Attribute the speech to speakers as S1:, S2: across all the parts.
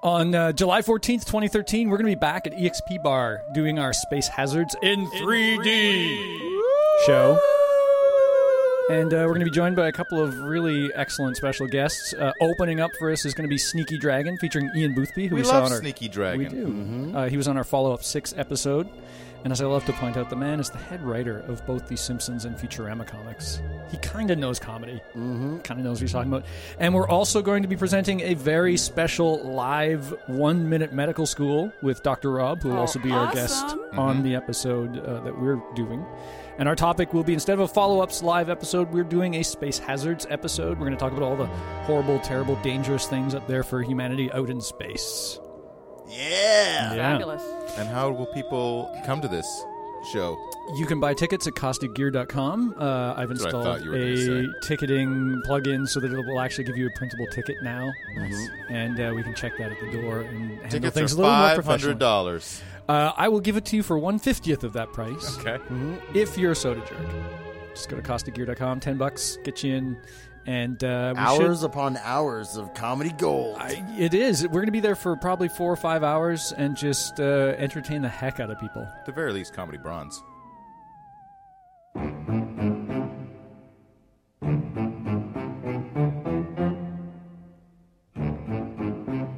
S1: On uh, July 14th, 2013, we're going to be back at EXP Bar doing our Space Hazards in 3D show. And uh, we're going to be joined by a couple of really excellent special guests. Uh, opening up for us is going to be Sneaky Dragon featuring Ian Boothby, who we,
S2: We
S1: saw
S2: love
S1: on our
S2: Sneaky Dragon.
S1: We do. Uh, he was on our follow-up six episode, and as I love to point out, the man is the head writer of both the Simpsons and Futurama comics. He kind of knows comedy, mm-hmm. kind of knows what he's talking about. And we're also going to be presenting a very special live one-minute medical school with Dr. Rob, who will also be our guest
S3: Oh, awesome.
S1: on the episode uh, that we're doing. And our topic will be instead of a follow ups live episode, we're doing a space hazards episode. We're going to talk about all the horrible, terrible, dangerous things up there for humanity out in space.
S2: Yeah.
S1: Yeah.
S3: Fabulous.
S2: And how will people come to this show?
S1: You can buy tickets at costicgear.com. Uh, I've
S2: what I
S1: installed
S2: thought you were gonna
S1: a
S2: say.
S1: ticketing plugin so that it will actually give you a printable ticket now.
S2: Mm-hmm.
S1: And uh, we can check that at the door and handle
S2: Tickets
S1: things a
S2: are
S1: little more
S2: five
S1: professionally.
S2: hundred dollars.
S1: Uh, I will give it to you for one fiftieth of that price
S2: Okay.
S1: if you're a soda jerk. Just go to costagear.com, 10 bucks, get you in. And uh, we should-
S4: Hours upon hours of comedy gold.
S1: I, it is. We're going to be there for probably four or five hours and just uh, entertain the heck out of people.
S2: At the very least, comedy bronze.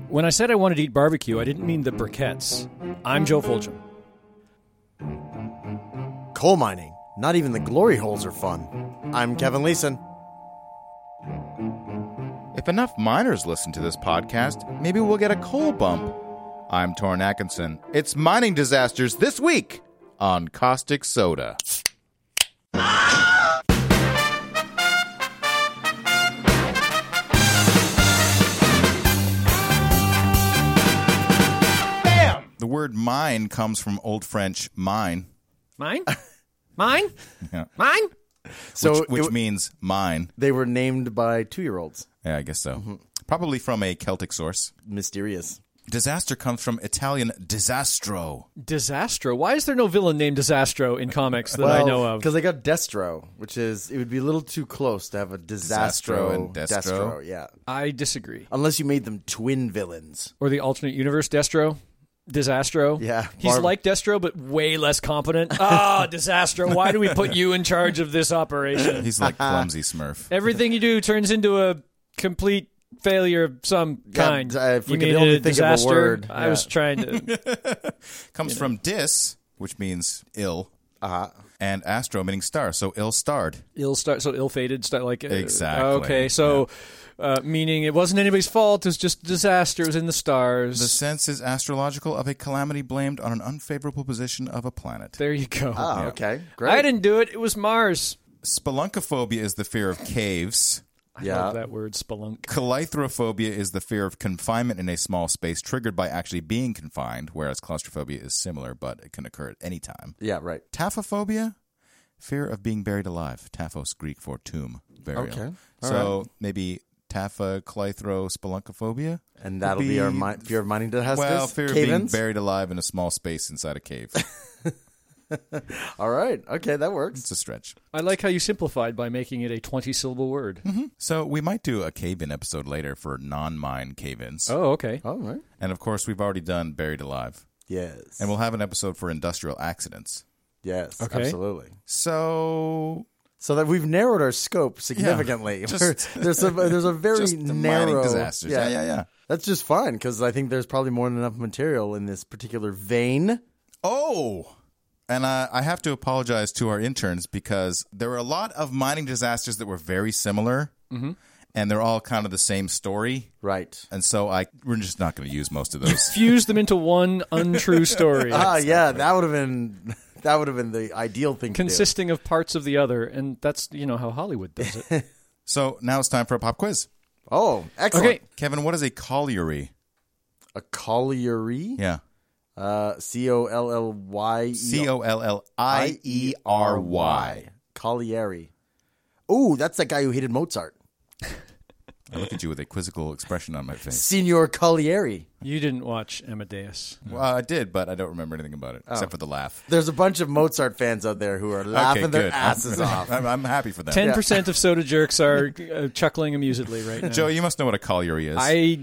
S1: When I said I wanted to eat barbecue, I didn't mean the briquettes. I'm Joe Fulgham.
S4: Coal mining. Not even the
S2: Hmm.
S4: glory holes are fun. I'm Kevin Leeson.
S2: If enough miners listen to this podcast, maybe we'll get a coal bump. I'm Torn Atkinson. It's mining disasters this week on Caustic Soda. The word mine comes from Old French mine,
S1: Mine? Mine?
S2: Yeah.
S1: Mine?
S4: So
S2: which,
S4: it
S2: which
S4: w-
S2: means mine.
S4: they were named by two year olds.
S2: Yeah, I guess so. Probably from a Celtic source.
S4: Mysterious.
S2: Disaster comes from Italian disastro.
S1: Disastro. Why is there no villain named Disastro in comics that I know of?
S4: Because they got Destro, which is, it would be a little too close to have a
S2: Disastro
S4: Disastro,
S2: and Destro.
S4: Destro, yeah.
S1: I disagree.
S4: Unless you made them twin villains.
S1: Or the alternate universe Destro? Disastro?
S4: Yeah,
S1: He's
S4: Barb-
S1: like Destro, but way less competent. Ah, Disastro, why do we put you in charge of this operation?
S2: He's like clumsy Smurf.
S1: Everything you do turns into a complete failure of some
S4: Yeah,
S1: kind.
S4: uh, if we
S1: you
S4: could
S1: made
S4: only
S1: it a
S4: think of a
S1: disaster.
S4: word,
S1: I was
S4: yeah.
S1: trying to.
S2: Comes from dis, which means ill,
S4: Uh-huh.
S2: and astro meaning star, so ill starred.
S1: ill start so ill fated start like uh,
S2: Exactly,
S1: okay so uh, meaning it wasn't anybody's fault it was just disaster it was in the stars
S2: The sense is astrological of a calamity blamed on an unfavorable position of a planet.
S1: there you go
S4: Oh, okay. Great.
S1: i didn't do it it was mars
S2: Spelunkophobia is the fear of caves.
S1: I
S4: yeah.
S1: love that word spelunk
S2: Calithrophobia is the fear of confinement in a small space triggered by actually being confined, whereas claustrophobia is similar, but it can occur at any time.
S4: Yeah, right.
S2: Taphophobia, fear of being buried alive. Taphos, Greek for tomb, burial.
S4: Okay.
S2: so maybe tapha, clythro, spelunkophobia?
S4: And that'll be,
S2: Be-
S4: our mi- fear of mining disasters.
S2: Well, fear of being
S4: Cave-ins?
S2: buried alive in a small space inside a cave.
S4: All right. Okay, that works.
S2: it's a stretch.
S1: i like how you simplified by making it a 20 syllable word
S4: Mm-hmm.
S2: So we might do a cave-in episode later for non-mine cave-ins.
S1: oh okay
S4: All right.
S2: And of course, we've already done buried alive.
S4: Yes.
S2: And we'll have an episode for industrial accidents.
S4: yes,
S1: Okay.
S4: absolutely.
S2: So
S4: So that we've narrowed our scope significantly.
S2: just-
S4: there's a there's a very
S2: just the mining
S4: narrow
S2: disasters. Yeah, yeah, yeah.
S4: That's just fine because I think there's probably more than enough material in this particular vein.
S2: Oh, and I, I have to apologize to our interns because there were a lot of mining disasters that were very similar,
S4: Mm-hmm.
S2: and they're all kind of the same story.
S4: Right.
S2: And so I we're just not going to use most of those.
S1: fuse them into one untrue story
S4: Ah, yeah, that would have been that would have been the ideal thing
S1: consisting of parts of the other and that's you know how hollywood does it
S2: so now it's time for a pop quiz.
S4: to do. Oh, excellent.
S1: okay
S2: Kevin, what is a colliery?
S4: A colliery.
S2: Yeah,
S4: Uh, C O L L Y E
S2: C O L L I E R Y.
S4: Colliery. Oh, that's that guy who hated Mozart.
S2: I look at you with a quizzical expression on my face.
S4: Signor Colliery.
S1: you didn't watch amadeus
S2: Well, I did, but I don't remember anything about
S4: Oh.
S2: it except for the laugh.
S4: There's a bunch of Mozart fans out there who are laughing
S2: okay,
S4: their
S2: good.
S4: asses
S2: I'm,
S4: off.
S2: I'm, I'm happy for that.
S1: 10% of soda jerks are uh, chuckling amusedly right now
S2: Joe, you must know what a colliery is.
S1: I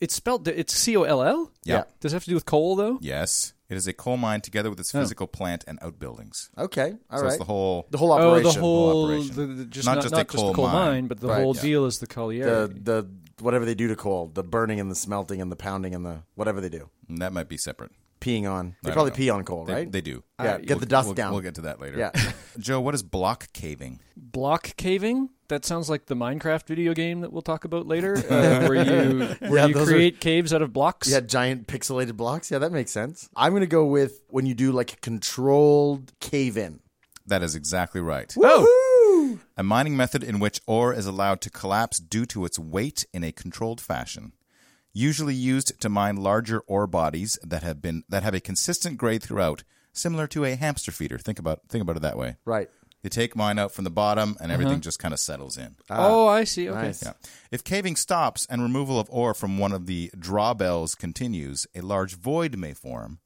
S1: It's spelled. It's C O L L.
S2: Yeah.
S1: Does it have to do with coal though?
S2: Yes. It is a coal mine together with its physical plant and outbuildings.
S4: Okay. Oh. all
S2: so
S4: right.
S2: it's the whole.
S4: the whole
S1: Oh,
S4: operation.
S1: the whole,
S2: operation.
S1: the, the- just
S2: Not
S1: not, not
S2: just
S1: just,
S2: a coal
S1: the coal
S2: mine.
S1: mine, but the
S4: Right.
S1: whole
S4: Yeah.
S1: deal is the colliery.
S4: the the whatever they do to coal, the burning and the smelting and the pounding and the whatever they do,
S2: And that might be separate.
S4: peeing on.
S2: I
S4: They
S2: don't
S4: probably
S2: know.
S4: pee on coal,
S2: They,
S4: right?
S2: they do.
S4: Yeah, get the dust down.
S2: We'll get to that later.
S4: Yeah.
S2: Joe, what is block caving?
S1: block caving. That sounds like the Minecraft video game that we'll talk about later, uh, where you where
S4: Yeah,
S1: you
S4: those are-
S1: create caves out of blocks.
S4: Yeah, giant pixelated blocks. Yeah, that makes sense. I'm gonna go with when you do like a controlled cave in.
S2: That is exactly right.
S4: Oh,
S2: A mining method in which ore is allowed to collapse due to its weight in a controlled fashion. Usually used to mine larger ore bodies that have been that have a consistent grade throughout, similar to a hamster feeder. Think about think about it that way.
S4: right.
S2: They take mine out from the bottom
S4: Mm-hmm.
S2: and everything just kind of settles in.
S1: oh, I see. Okay.
S4: uh, Nice.
S2: Yeah. If caving stops and removal of ore from one of the drawbells continues, a large void may form,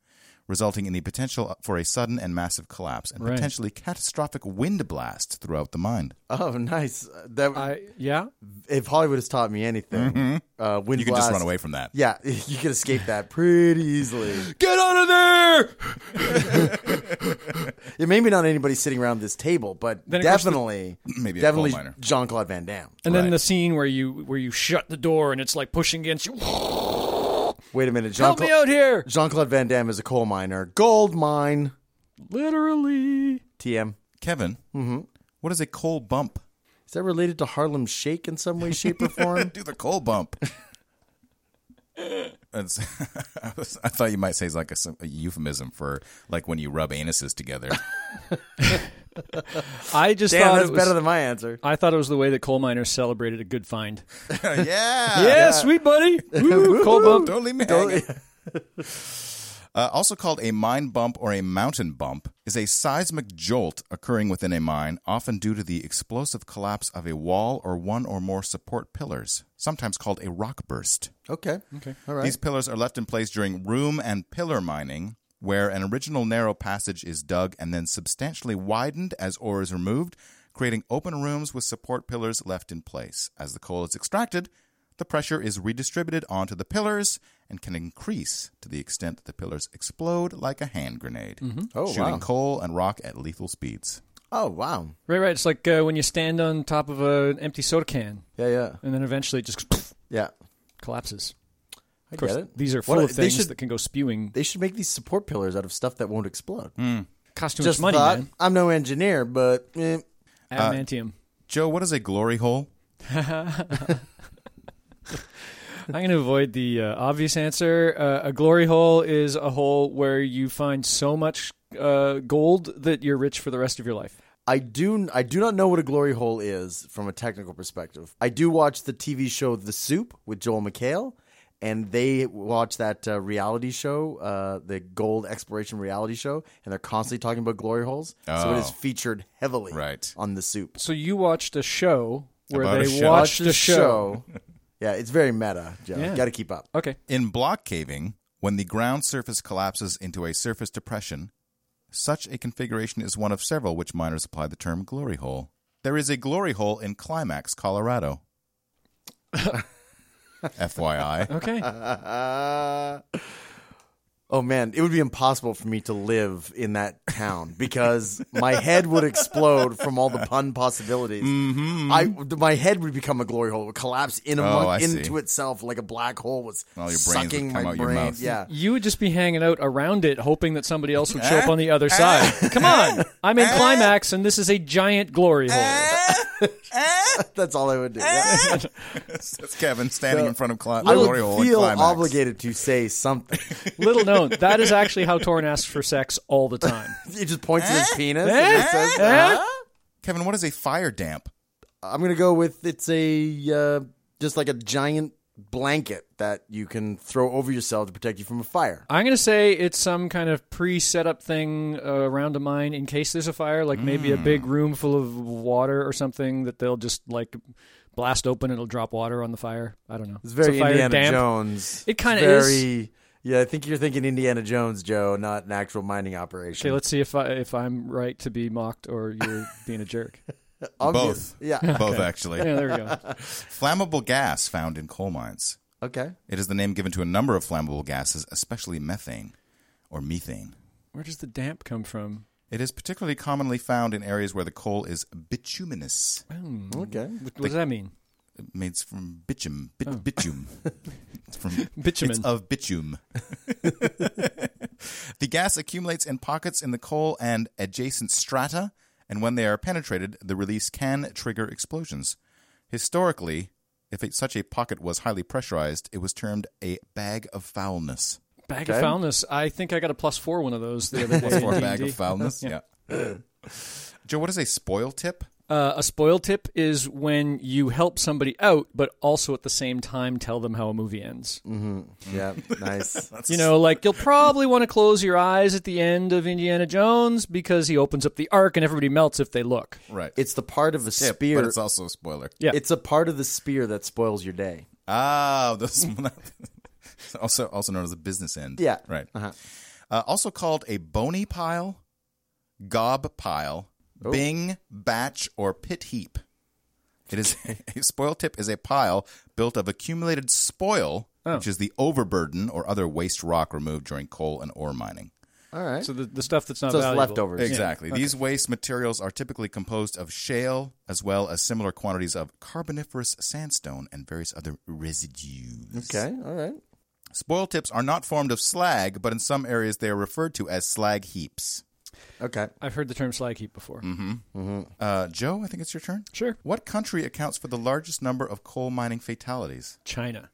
S2: resulting in the potential for a sudden and massive collapse and
S1: Right.
S2: potentially catastrophic wind blast throughout the mine.
S4: Oh, nice. That
S1: I yeah.
S4: if Hollywood has taught me anything, uh, wind
S2: Mm-hmm. You can
S4: blast-
S2: just run away from that.
S4: Yeah, you can escape that pretty easily.
S1: Get out of there!
S4: Yeah, maybe not anybody sitting around this table, but
S1: Then, of course, the-
S4: definitely,
S2: Maybe a coal
S4: definitely
S2: miner.
S4: Jean Claude Van Damme.
S1: And
S2: Right.
S1: then the scene where you where you shut the door and it's like pushing against you.
S4: Wait a minute, Jean
S1: Help me
S4: Claude
S1: out here!
S4: Jean Claude Van Damme is a coal miner, gold mine.
S1: Literally.
S4: TM.
S2: Kevin,
S4: Mm-hmm.
S2: what is a coal bump?
S4: Is that related to Harlem Shake in some way, shape, or form?
S2: Do the coal bump. That's- I, was- I thought you might say it's like a, s- a euphemism for like when you rub anuses together.
S1: I just
S4: Damn,
S1: thought
S4: that's
S1: it was.
S4: better than my answer.
S1: I thought it was the way that coal miners celebrated a good find.
S2: yeah.
S1: Yeah, sweet buddy. Woo, coal bump.
S2: Don't leave me hanging. Uh, also called a mine bump or a mountain bump, is a seismic jolt occurring within a mine, often due to the explosive collapse of a wall or one or more support pillars, sometimes called a rock burst.
S4: Okay. Okay. All right.
S2: These pillars are left in place during room and pillar mining, where an original narrow passage is dug and then substantially widened as ore is removed, creating open rooms with support pillars left in place. As the coal is extracted, the pressure is redistributed onto the pillars and can increase to the extent that the pillars explode like a hand grenade,
S4: Oh,
S2: shooting
S4: wow.
S2: coal and rock at lethal speeds.
S4: Oh, wow.
S1: Right, right. It's like uh, when you stand on top of an empty soda can,
S4: Yeah, yeah.
S1: and then eventually it just
S4: Yeah.
S1: collapses.
S4: I
S1: Of course,
S4: get it.
S1: these are full
S4: What-
S1: of
S4: they
S1: things
S4: should,
S1: that can go spewing.
S4: they should make these support pillars out of stuff that won't explode.
S1: Cost Mm. too
S4: Just
S1: much money,
S4: thought,
S1: man.
S4: I'm no engineer, but eh,
S1: Adamantium.
S2: Joe, what is a glory hole?
S1: I'm going to avoid the uh, obvious answer. Uh, a glory hole is a hole where you find so much uh, gold that you're rich for the rest of your life.
S4: I do I do not know what a glory hole is from a technical perspective. I do watch the TV show The Soup with Joel McHale, and they watch that uh, reality show, uh, the gold exploration reality show, and they're constantly talking about glory holes. So it is
S2: Oh.
S4: featured heavily
S2: Right.
S4: on The Soup.
S1: So you watched a show where
S2: About a
S1: they
S2: show.
S1: watched
S4: Watch
S1: a show.
S4: yeah, it's very meta. Joe. Got to keep up.
S1: Okay.
S2: In block caving, when the ground surface collapses into a surface depression, such a configuration is one of several which miners apply the term glory hole. There is a glory hole in Climax, Colorado. FYI.
S1: Okay.
S4: Uh, oh man, it would be impossible for me to live in that town because my head would explode from all the pun possibilities. I my head would become a glory hole, it would collapse in among,
S2: Mm-hmm. Oh, I see.
S4: into itself like a black hole was
S2: All your brains would
S4: sucking
S2: come
S4: my
S2: out your
S4: brain.
S2: mouth.
S4: Yeah.
S1: You would just be hanging out around it, hoping that somebody else would show up on the
S4: Eh?
S1: other side. Come on, I'm in climax, and this is a giant glory
S4: Eh?
S1: hole.
S4: That's all I would do. Yeah.
S2: That's Kevin standing in front of cli-
S4: I
S2: glory hole
S4: would
S2: in
S4: feel
S2: Climax.
S4: obligated to say something.
S1: Little known, that is actually how Torn asks for sex all the time.
S4: He just points at his penis and
S1: Eh?
S4: just says,
S1: Eh?
S2: Kevin, what is a fire damp?
S4: I'm gonna go with it's a uh, just like a giant blanket that you can throw over yourself to protect you from a fire.
S1: I'm gonna say it's some kind of pre-set-up thing uh, around a mine in case there's a fire, like maybe
S4: Hmm.
S1: a big room full of water or something that they'll just like blast open and it'll drop water on the fire. I don't know.
S4: It's very
S1: a fire
S4: Indiana
S1: damp.
S4: Jones.
S1: It kinda
S4: It's very- Yeah, I think you're thinking Indiana Jones, Joe, not an actual mining operation.
S1: Okay, let's see if I if I'm right to be mocked or you're being a jerk.
S4: Obvious.
S2: Both.
S4: Yeah.
S2: Both, actually.
S1: Yeah, there we go.
S2: Flammable gas found in coal mines.
S4: Okay.
S2: It is the name given to a number of flammable gases, especially methane or methane.
S1: Where does the damp come from?
S2: It is particularly commonly found in areas where the coal is bituminous.
S4: Okay.
S1: What, what does that mean?
S2: Made it's from bitum, bit, bitum. it's from
S1: Bitumen.
S2: It's of bitum. the gas accumulates in pockets in the coal and adjacent strata, and when they are penetrated, the release can trigger explosions. Historically, if a, such a pocket was highly pressurized, it was termed a bag of foulness.
S1: Bag of foulness. I think I got a plus four one of those the other day.
S2: Plus four
S1: in
S2: bag
S1: D&D.
S2: of foulness. yeah. Joe, what is a spoil tip?
S1: Uh, a spoil tip is when you help somebody out, but also at the same time tell them how a movie ends.
S4: Mm-hmm. Yeah. Nice.
S1: You know, like you'll probably want to close your eyes at the end of Indiana Jones because he opens up the ark and everybody melts if they look.
S2: Right.
S4: It's the part of the
S2: tip,
S4: spear.
S2: but it's also a spoiler.
S1: Yeah.
S4: It's a part of the spear that spoils your day.
S2: Ah, those also also known as a business end.
S4: Yeah. Uh-huh.
S2: Right. uh also called a bony pile, gob pile, bing, batch, or pit heap. It is a spoil tip is a pile built of accumulated spoil, which is the overburden or other waste rock removed during coal and ore mining.
S4: All right.
S1: So the, the stuff that's not
S4: So it's
S1: valuable.
S4: leftovers.
S2: Exactly. These waste materials are typically composed of shale as well as similar quantities of carboniferous sandstone and various other residues.
S4: Okay. All right.
S2: Spoil tips are not formed of slag, but in some areas they are referred to as slag heaps.
S4: Okay.
S1: I've heard the term slag heap before.
S4: Mm-hmm.
S2: Uh, Joe, I think it's your turn.
S1: Sure.
S2: What country accounts for the largest number of coal mining fatalities?
S1: China.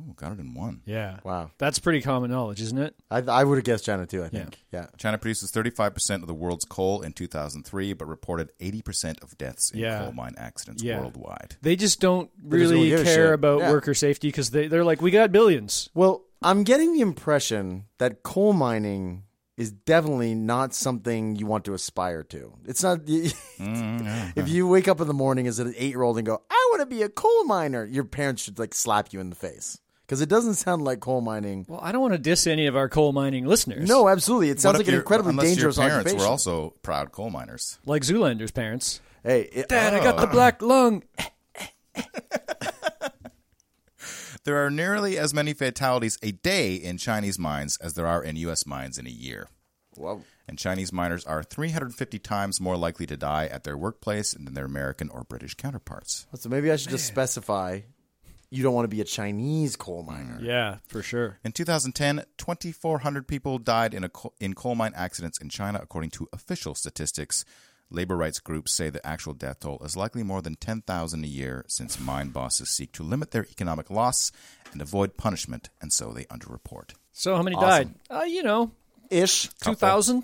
S2: Oh, got it in one.
S1: Yeah.
S4: Wow.
S1: That's pretty common knowledge, isn't it?
S4: I, I would have guessed China too. I think. Yeah.
S2: China produces 35% of the world's coal in 2003, but reported 80% of deaths in
S1: Yeah.
S2: coal mine accidents
S1: Yeah.
S2: worldwide.
S1: They just don't
S4: just don't
S1: really
S4: give a shit.
S1: care about
S4: Yeah.
S1: worker safety because they, they're like, we got billions.
S4: Well, I'm getting the impression that coal mining is definitely not something you want to aspire to. It's not.
S2: Mm-hmm.
S4: if you wake up in the morning as an eight year old and go, "I want to be a coal miner," your parents should like slap you in the face because it doesn't sound like coal mining.
S1: Well, I don't want to diss any of our coal mining listeners.
S4: No, absolutely. It sounds
S2: What if
S4: like an
S2: your-
S4: incredibly
S2: unless
S4: dangerous
S2: your parents
S4: occupation.
S2: were also proud coal miners.
S1: Like Zoolander's parents.
S4: hey, it- uh,
S1: Dad, I got
S4: Oh.
S1: the black lung.
S2: There are nearly as many fatalities a day in Chinese mines as there are in U.S. mines in a year.
S4: Whoa.
S2: and Chinese miners are 350 times more likely to die at their workplace than their American or British counterparts.
S4: So maybe I should just specify you don't want to be a Chinese coal miner.
S1: Yeah, for sure.
S2: In 2010, 2,400 people died in, a co- in coal mine accidents in China, according to official statistics. Labor rights groups say the actual death toll is likely more than 10,000 a year since mine bosses seek to limit their economic loss and avoid punishment, and so they underreport.
S1: So how many died? Uh, you know,
S4: Ish,
S1: two thousand.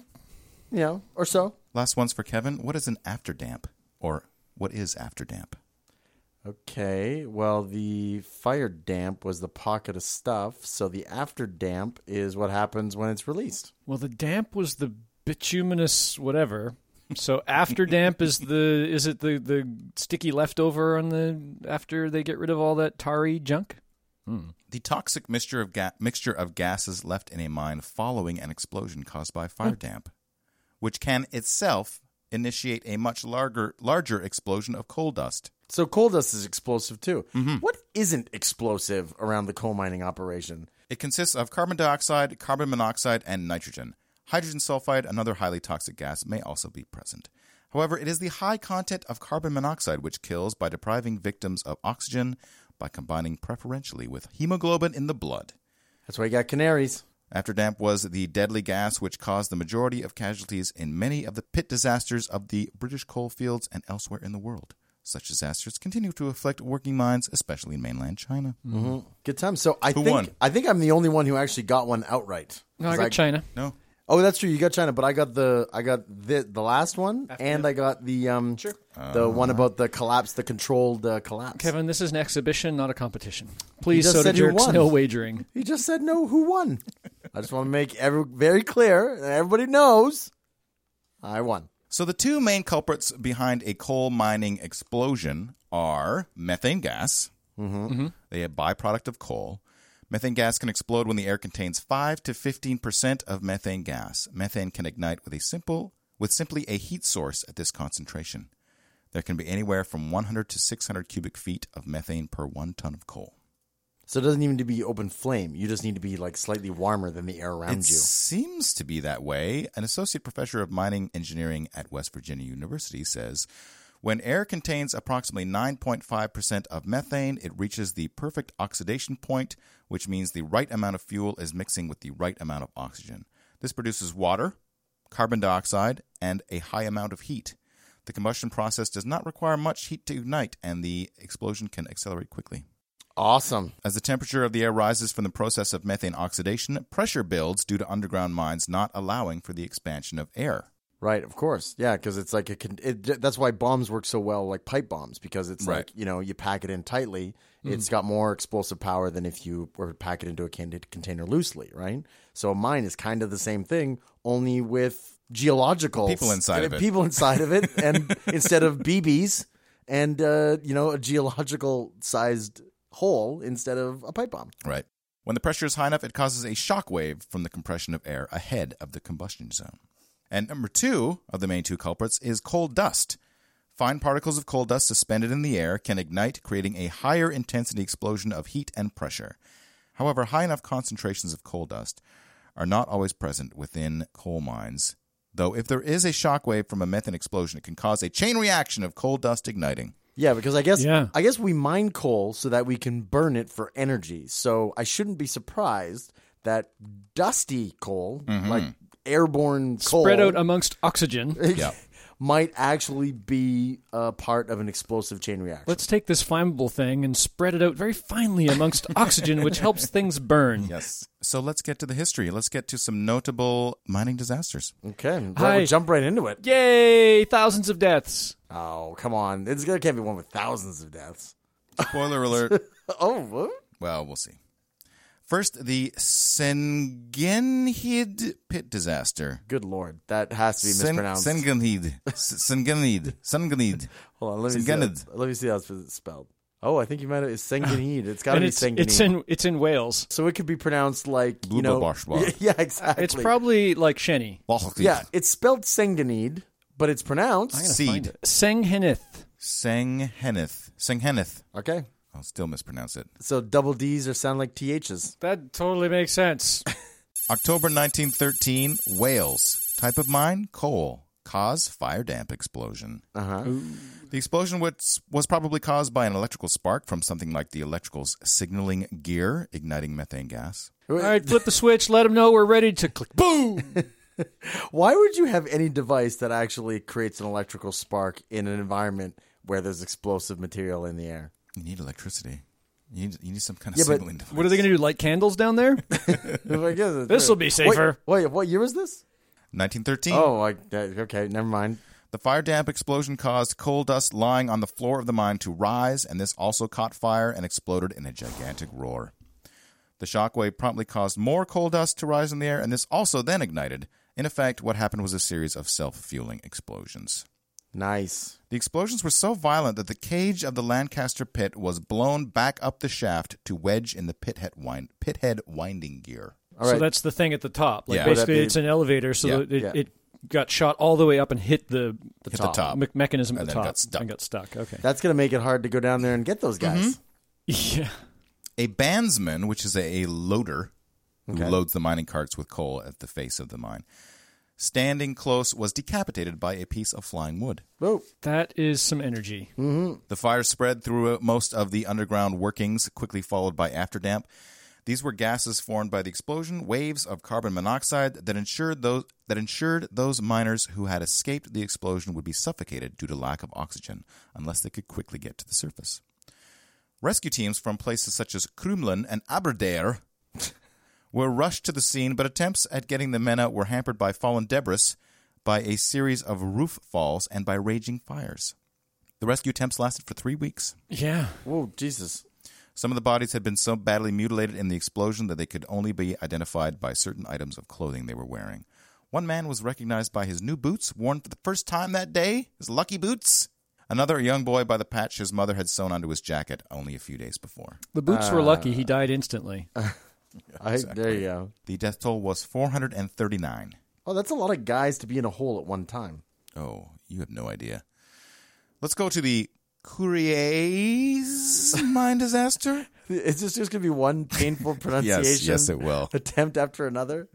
S4: you know, or so.
S2: Last one's for Kevin. What is an afterdamp? Or what is afterdamp?
S4: Okay, well, the fire damp was the pocket of stuff, so the after damp is what happens when it's released.
S1: Well, the damp was the bituminous whatever. So after damp is the is it the the sticky leftover on the after they get rid of all that tarry junk?
S2: The toxic mixture of, ga- mixture of gases left in a mine following an explosion caused by fire damp, which can itself initiate a much larger larger explosion of coal dust.
S4: So coal dust is explosive too.
S2: Mm-hmm.
S4: What isn't explosive around the coal mining operation?
S2: It consists of carbon dioxide, carbon monoxide, and nitrogen. Hydrogen sulfide, another highly toxic gas, may also be present. However, it is the high content of carbon monoxide which kills by depriving victims of oxygen by combining preferentially with hemoglobin in the blood.
S4: That's why you got canaries.
S2: Afterdamp was the deadly gas which caused the majority of casualties in many of the pit disasters of the British coal fields and elsewhere in the world. Such disasters continue to afflict working mines, especially in mainland China.
S4: Mm-hmm. Good time. So I
S2: Mm-hmm. Who
S4: think
S2: won?
S4: I think I'm the only one who actually got one outright.
S1: No, I
S4: 'Cause
S1: got China.
S2: No.
S4: Oh, that's true. You got China, but I got the I got the the last one, and I got the um the
S2: Uh-huh.
S4: one about the collapse, the controlled uh, collapse.
S1: Kevin, this is an exhibition, not a competition. Please,
S4: just
S1: soda
S4: said you
S1: jerks,
S4: won.
S1: no wagering.
S4: He just said no. Who won? I just want to make every very clear. and Everybody knows I won.
S2: So the two main culprits behind a coal mining explosion are methane gas, mm-hmm. a byproduct of coal. Methane gas can explode when the air contains 5 to 15% of methane gas. Methane can ignite with a simple with simply a heat source at this concentration. There can be anywhere from 100 to 600 cubic feet of methane per 1 ton of coal.
S4: So it doesn't even need to be open flame. You just need to be like slightly warmer than the air around
S2: It
S4: you.
S2: seems to be that way. An associate professor of mining engineering at West Virginia University says when air contains approximately 9.5% of methane, it reaches the perfect oxidation point, which means the right amount of fuel is mixing with the right amount of oxygen. This produces water, carbon dioxide, and a high amount of heat. The combustion process does not require much heat to ignite, and the explosion can accelerate quickly.
S4: Awesome.
S2: As the temperature of the air rises from the process of methane oxidation, pressure builds due to underground mines not allowing for the expansion of air.
S4: Right, of course. Yeah, because it's like a con- it, that's why bombs work so well, like pipe bombs, because it's
S2: Right. Mm.
S4: like you know you pack it in tightly. It's got more explosive power than if you were to pack it into a can- container loosely, right? So mine is kind of the same thing, only with geological
S2: People inside of it.
S4: people inside of it, and instead of BBs and uh, you know a geological sized hole instead of a pipe bomb.
S2: Right. When the pressure is high enough, it causes a shock wave from the compression of air ahead of the combustion zone. And number two of the main two culprits is coal dust. Fine particles of coal dust suspended in the air can ignite, creating a higher intensity explosion of heat and pressure. However, high enough concentrations of coal dust are not always present within coal mines, though, if there is a shock wave from a methane explosion, it can cause a chain reaction of coal dust igniting.
S4: Yeah, because I guess
S1: Yeah.
S4: I guess we mine coal so that we can burn it for energy. So I shouldn't be surprised that dusty coal,
S2: Mm-hmm.
S4: like airborne coal,
S1: Spread out amongst oxygen.
S2: Yeah.
S4: might actually be a part of an explosive chain reaction.
S1: Let's take this flammable thing and spread it out very finely amongst oxygen, which helps things burn.
S2: Yes. So let's get to the history. Let's get to some notable mining disasters.
S4: okay, well,
S1: Hi.
S4: we'll jump right into it.
S1: Yay! Thousands of deaths.
S4: Oh, come on! It's, there can't be one with thousands of deaths.
S2: Spoiler alert.
S4: Oh, what?
S2: Well, we'll see. First, the Sengenhid pit disaster.
S4: good lord, that has to be
S2: Sen-
S4: mispronounced.
S2: Sengenhid. S- Sengenhid. Sengenhid.
S4: Hold on, let me see
S2: Sengenid.
S4: how- let me see how it's spelled. Oh, I think you might have. It's Sengenid. It's got to
S1: and
S4: be
S1: it's,
S4: Sengenid.
S1: it's in it's in Wales.
S4: So it could be pronounced like you know,
S2: Blubberboshwa.
S4: yeah, exactly.
S1: It's probably like Shenny.
S4: yeah. It's spelled Senganid, but it's pronounced
S2: Seed.
S1: Senghenith.
S2: Senghenith. Senghenith.
S4: okay.
S2: I'll still mispronounce it.
S4: So double D's are sound like th's.
S1: That totally makes sense.
S2: October 1913, Wales. Type of mine, coal. Cause fire damp explosion.
S4: Uh huh.
S2: The explosion was, was probably caused by an electrical spark from something like the electrical's signaling gear igniting methane gas.
S1: All right, flip the switch. Let them know we're ready to click. Boom.
S4: Why would you have any device that actually creates an electrical spark in an environment where there's explosive material in the air?
S2: You need electricity. You need, you need some kind of
S4: Yeah, but
S2: signaling device.
S1: What are they going to do? Light candles down there?
S4: this
S1: This'll be safer.
S4: Wait, wait, what year was this?
S2: 1913.
S4: Oh, I, that- okay, never mind.
S2: The fire damp explosion caused coal dust lying on the floor of the mine to rise, and this also caught fire and exploded in a gigantic roar. The shockwave promptly caused more coal dust to rise in the air, and this also then ignited. In effect, what happened was a series of self fueling explosions.
S4: Nice.
S2: The explosions were so violent that the cage of the Lancaster pit was blown back up the shaft to wedge in the pithead, wind, pithead winding gear.
S4: All
S1: so
S4: right.
S1: that's the thing at the top. Like
S2: Yeah.
S1: basically,
S4: Would that be-
S1: it's an elevator, so
S2: Yeah.
S1: that it,
S4: Yeah.
S1: it got shot all the way up and hit the
S2: Hit the top.
S1: me- mechanism at
S2: And
S1: the
S2: then
S1: top
S2: got stuck.
S1: and got stuck. Okay.
S4: that's gonna make it hard to go down there and get those guys.
S1: Mm-hmm. yeah.
S2: A bandsman, which is a, a loader who
S4: Okay.
S2: loads the mining carts with coal at the face of the mine, standing close, was decapitated by a piece of flying wood.
S4: Whoa.
S1: That is some energy.
S2: The fire spread throughout most of the underground workings, quickly followed by afterdamp. These were gases formed by the explosion, waves of carbon monoxide that ensured those that ensured those miners who had escaped the explosion would be suffocated due to lack of oxygen unless they could quickly get to the surface. Rescue teams from places such as Krumlin and Aberdare were rushed to the scene, but attempts at getting the men out were hampered by fallen debris, by a series of roof falls, and by raging fires. The rescue attempts lasted for three weeks.
S1: Yeah.
S4: Whoa, Jesus.
S2: Some of the bodies had been so badly mutilated in the explosion that they could only be identified by certain items of clothing they were wearing. One man was recognized by his new boots, worn for the first time that day, his lucky boots. Another, a young boy, by the patch his mother had sewn onto his jacket only a few days before.
S1: The boots were lucky.
S4: Uh,
S1: He died instantly.
S4: I, There you go.
S2: The death toll was 439.
S4: Oh, that's a lot of guys to be in a hole at one time.
S2: Oh, you have no idea. Let's go to the Courier's mine disaster.
S4: Is this just going to be one painful pronunciation?
S2: yes, it will.
S4: Attempt after another.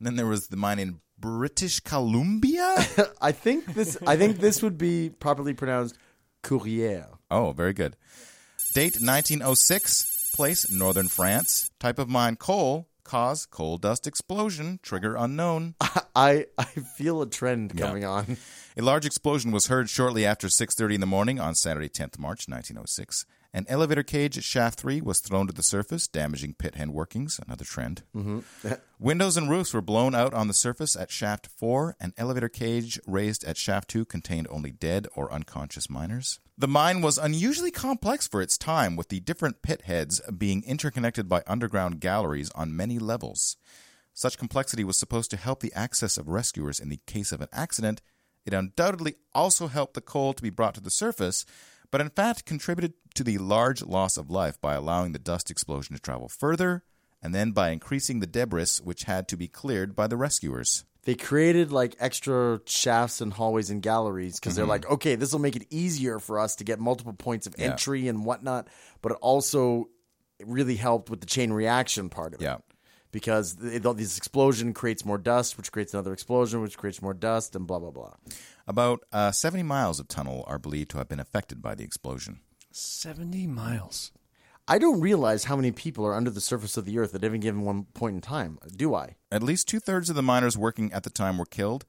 S2: then there was the mine in British Columbia.
S4: I think this. I think this would be properly pronounced Courrier.
S2: Oh, very good. Date 1906. Place Northern France. Type of mine coal. Cause coal dust explosion. Trigger unknown.
S4: I I feel a trend coming on.
S2: A large explosion was heard shortly after 6:30 in the morning on Saturday, 10th March 1906. An elevator cage at shaft 3 was thrown to the surface, damaging pit hen workings, another trend. Mm-hmm. Windows and roofs were blown out on the surface at shaft 4. An elevator cage raised at shaft 2 contained only dead or unconscious miners. The mine was unusually complex for its time, with the different pit heads being interconnected by underground galleries on many levels. Such complexity was supposed to help the access of rescuers in the case of an accident. It undoubtedly also helped the coal to be brought to the surface, but in fact contributed to the large loss of life by allowing the dust explosion to travel further, and then by increasing the debris which had to be cleared by the rescuers.
S4: They created like extra shafts and hallways and galleries because they're like, okay, this will make it easier for us to get multiple points of entry and whatnot. But it also really helped with the chain reaction part of it.
S2: Yeah.
S4: Because th- this explosion creates more dust, which creates another explosion, which creates more dust, and blah blah blah.
S2: About uh, 70 miles of tunnel are believed to have been affected by the explosion.
S1: 70 miles.
S4: I don't realize how many people are under the surface of the earth at any given one point in time, do I?
S2: At least two thirds of the miners working at the time were killed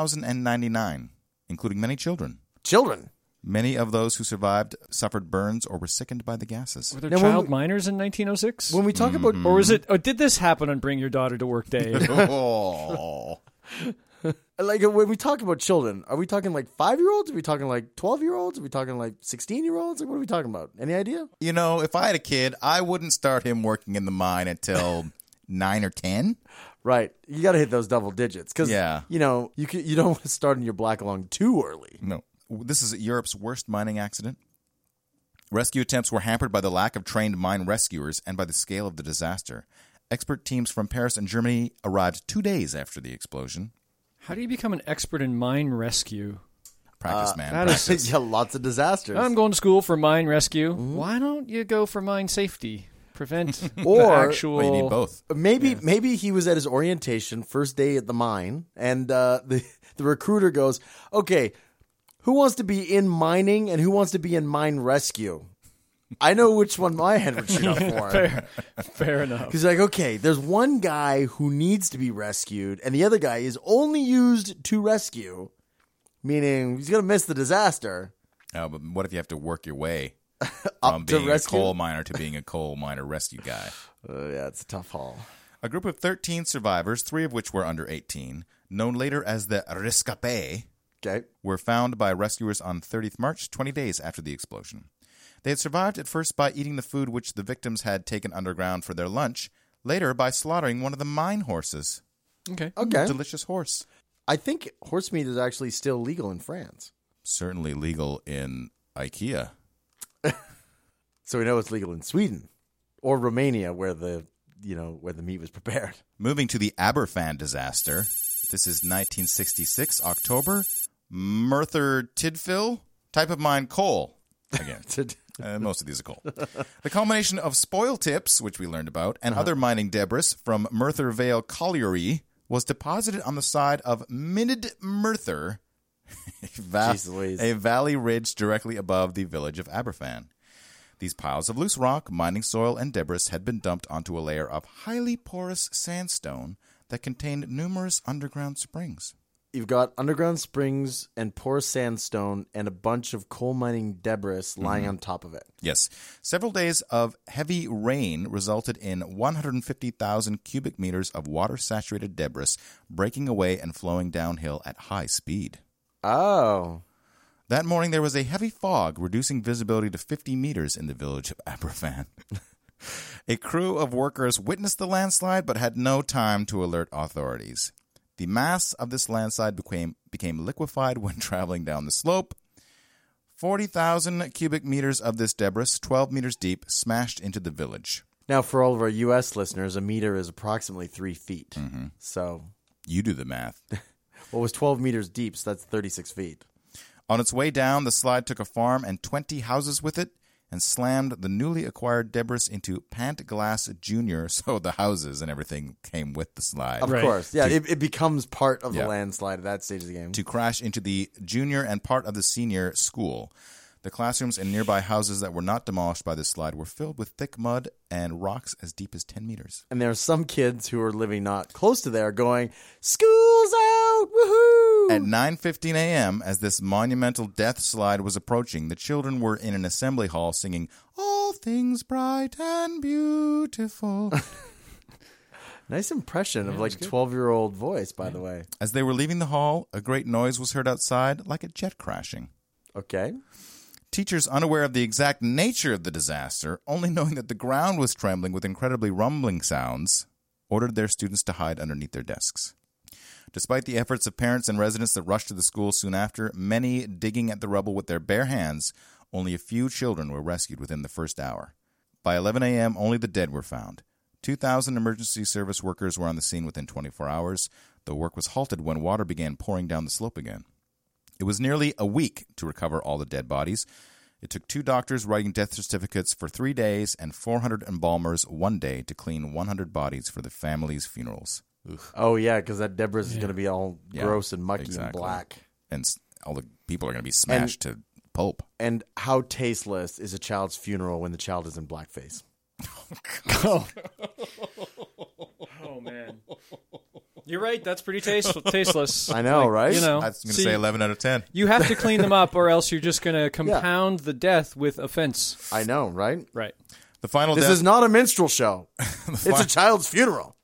S2: 1,099, including many children.
S4: Children.
S2: Many of those who survived suffered burns or were sickened by the gases.
S1: Were there
S4: Now, when
S1: child
S4: we-
S1: miners in 1906?
S4: When we talk about
S1: or was it? Or did this happen on Bring Your Daughter to Work Day?
S2: oh.
S4: like uh, when we talk about children, are we talking like five year olds? Are we talking like twelve year olds? Are we talking like sixteen year olds? Like what are we talking about? Any idea?
S2: You know, if I had a kid, I wouldn't start him working in the mine until nine or ten.
S4: Right, you got to hit those double digits because
S2: Yeah.
S4: you know you can, you don't want to start in your black lung too early.
S2: No. This is Europe's worst mining accident. Rescue attempts were hampered by the lack of trained mine rescuers and by the scale of the disaster. Expert teams from Paris and Germany arrived two days after the explosion.
S1: How do you become an expert in mine rescue?
S2: Practice, man.
S1: that
S2: practice.
S1: is-
S4: yeah, lots of disasters.
S1: I'm going to school for mine rescue.
S4: Mm-hmm.
S1: Why don't you go for mine safety? Prevent
S4: Or-
S1: the actual.
S2: Well, you need both.
S4: Uh, Maybe maybe he was at his orientation first day at the mine, and uh, the the recruiter goes, "Okay, who wants to be in mining and who wants to be in mine rescue?" I know which one my head would shoot up for.
S1: Fair, fair enough.
S4: He's like, okay, there's one guy who needs to be rescued, and the other guy is only used to rescue, meaning he's gonna miss the disaster.
S2: Oh, but what if you have to work your way
S4: Up
S2: from
S4: to
S2: being a
S4: rescue?
S2: coal miner to being a coal miner rescue guy?
S4: Uh, yeah, it's a tough haul.
S2: A group of 13 survivors, three of which were under 18, known later as the Rescapés,
S4: Okay,
S2: were found by rescuers on 30th March, 20 days after the explosion. They had survived at first by eating the food which the victims had taken underground for their lunch, later by slaughtering one of the mine horses.
S1: Okay.
S4: okay.
S2: Delicious horse.
S4: I think horse meat is actually still legal in France,
S2: Certainly legal in IKEA.
S4: so we know it's legal in Sweden or Romania, where the you know where the meat was prepared.
S2: Moving to the Aberfan disaster. This is 1966, October. Merthyr Tydfil, type of mine coal. Again, Uh, most of these are coal. The combination of spoil tips, which we learned about, and
S4: Uh-huh.
S2: other mining debris from Merthyr Vale Colliery was deposited on the side of Minid Merthyr, a, va-
S4: Jeez Louise.
S2: a valley ridge directly above the village of Aberfan. These piles of loose rock, mining soil, and debris had been dumped onto a layer of highly porous sandstone that contained numerous underground springs.
S4: You've got underground springs and porous sandstone and a bunch of coal mining debris lying on top of it.
S2: Yes. Several days of heavy rain resulted in 150,000 cubic meters of water saturated debris breaking away and flowing downhill at high speed.
S4: Oh,
S2: That morning, there was a heavy fog, reducing visibility to 50 meters in the village of Aberfan. a crew of workers witnessed the landslide but had no time to alert authorities. The mass of this landslide became, became liquefied when traveling down the slope. 40,000 cubic meters of this debris, 12 meters deep, smashed into the village.
S4: Now, for all of our U.S. listeners, a meter is approximately three feet.
S2: Mm-hmm.
S4: So,
S2: You do the math.
S4: what was 12 meters deep? So that's 36 feet.
S2: On its way down, the slide took a farm and 20 houses with it, and slammed the newly acquired Debris into Pant Glass Jr., so the houses and everything came with the slide.
S4: Of
S1: Right.
S4: course. Yeah, it, it becomes part of
S2: Yeah.
S4: the landslide at that stage of the game.
S2: to crash into the junior and part of the senior school. The classrooms and nearby houses that were not demolished by this slide were filled with thick mud and rocks as deep as 10 meters.
S4: And there are some kids who are living not close to there going, School's out! Woohoo!
S2: At 9:15 a.m., as this monumental death slide was approaching, the children were in an assembly hall singing "All Things Bright and Beautiful."
S4: nice impression of like 12 year old voice, by the way.
S2: as they were leaving the hall, a great noise was heard outside, like a jet crashing.
S4: Okay.
S2: Teachers, unaware of the exact nature of the disaster, only knowing that the ground was trembling with incredibly rumbling sounds, ordered their students to hide underneath their desks. Despite the efforts of parents and residents that rushed to the school soon after, many digging at the rubble with their bare hands, only a few children were rescued within the first hour. By 11 a.m., only the dead were found. 2,000 emergency service workers were on the scene within 24 hours. The work was halted when water began pouring down the slope again. It was nearly a week to recover all the dead bodies. It took two doctors writing death certificates for three days and 400 embalmers one day to clean 100 bodies for the families' funerals.
S4: Oh, yeah, because that Debris is going to be all
S2: Yeah,
S4: gross and mucky and
S2: exactly.
S4: black.
S2: And s- all the people are going to be smashed to pulp.
S4: And how tasteless is a child's funeral when the child is in blackface?
S1: Oh man, you're right. That's pretty taste- tasteless.
S4: I know, right?
S1: You know,
S2: I was going to
S1: See,
S2: say 11 out of 10.
S1: you have to clean them up, or else you're just going to compound the death with offense.
S4: I know, right?
S1: Right.
S2: The final
S4: This
S2: death
S4: is not a minstrel show. it's a child's funeral.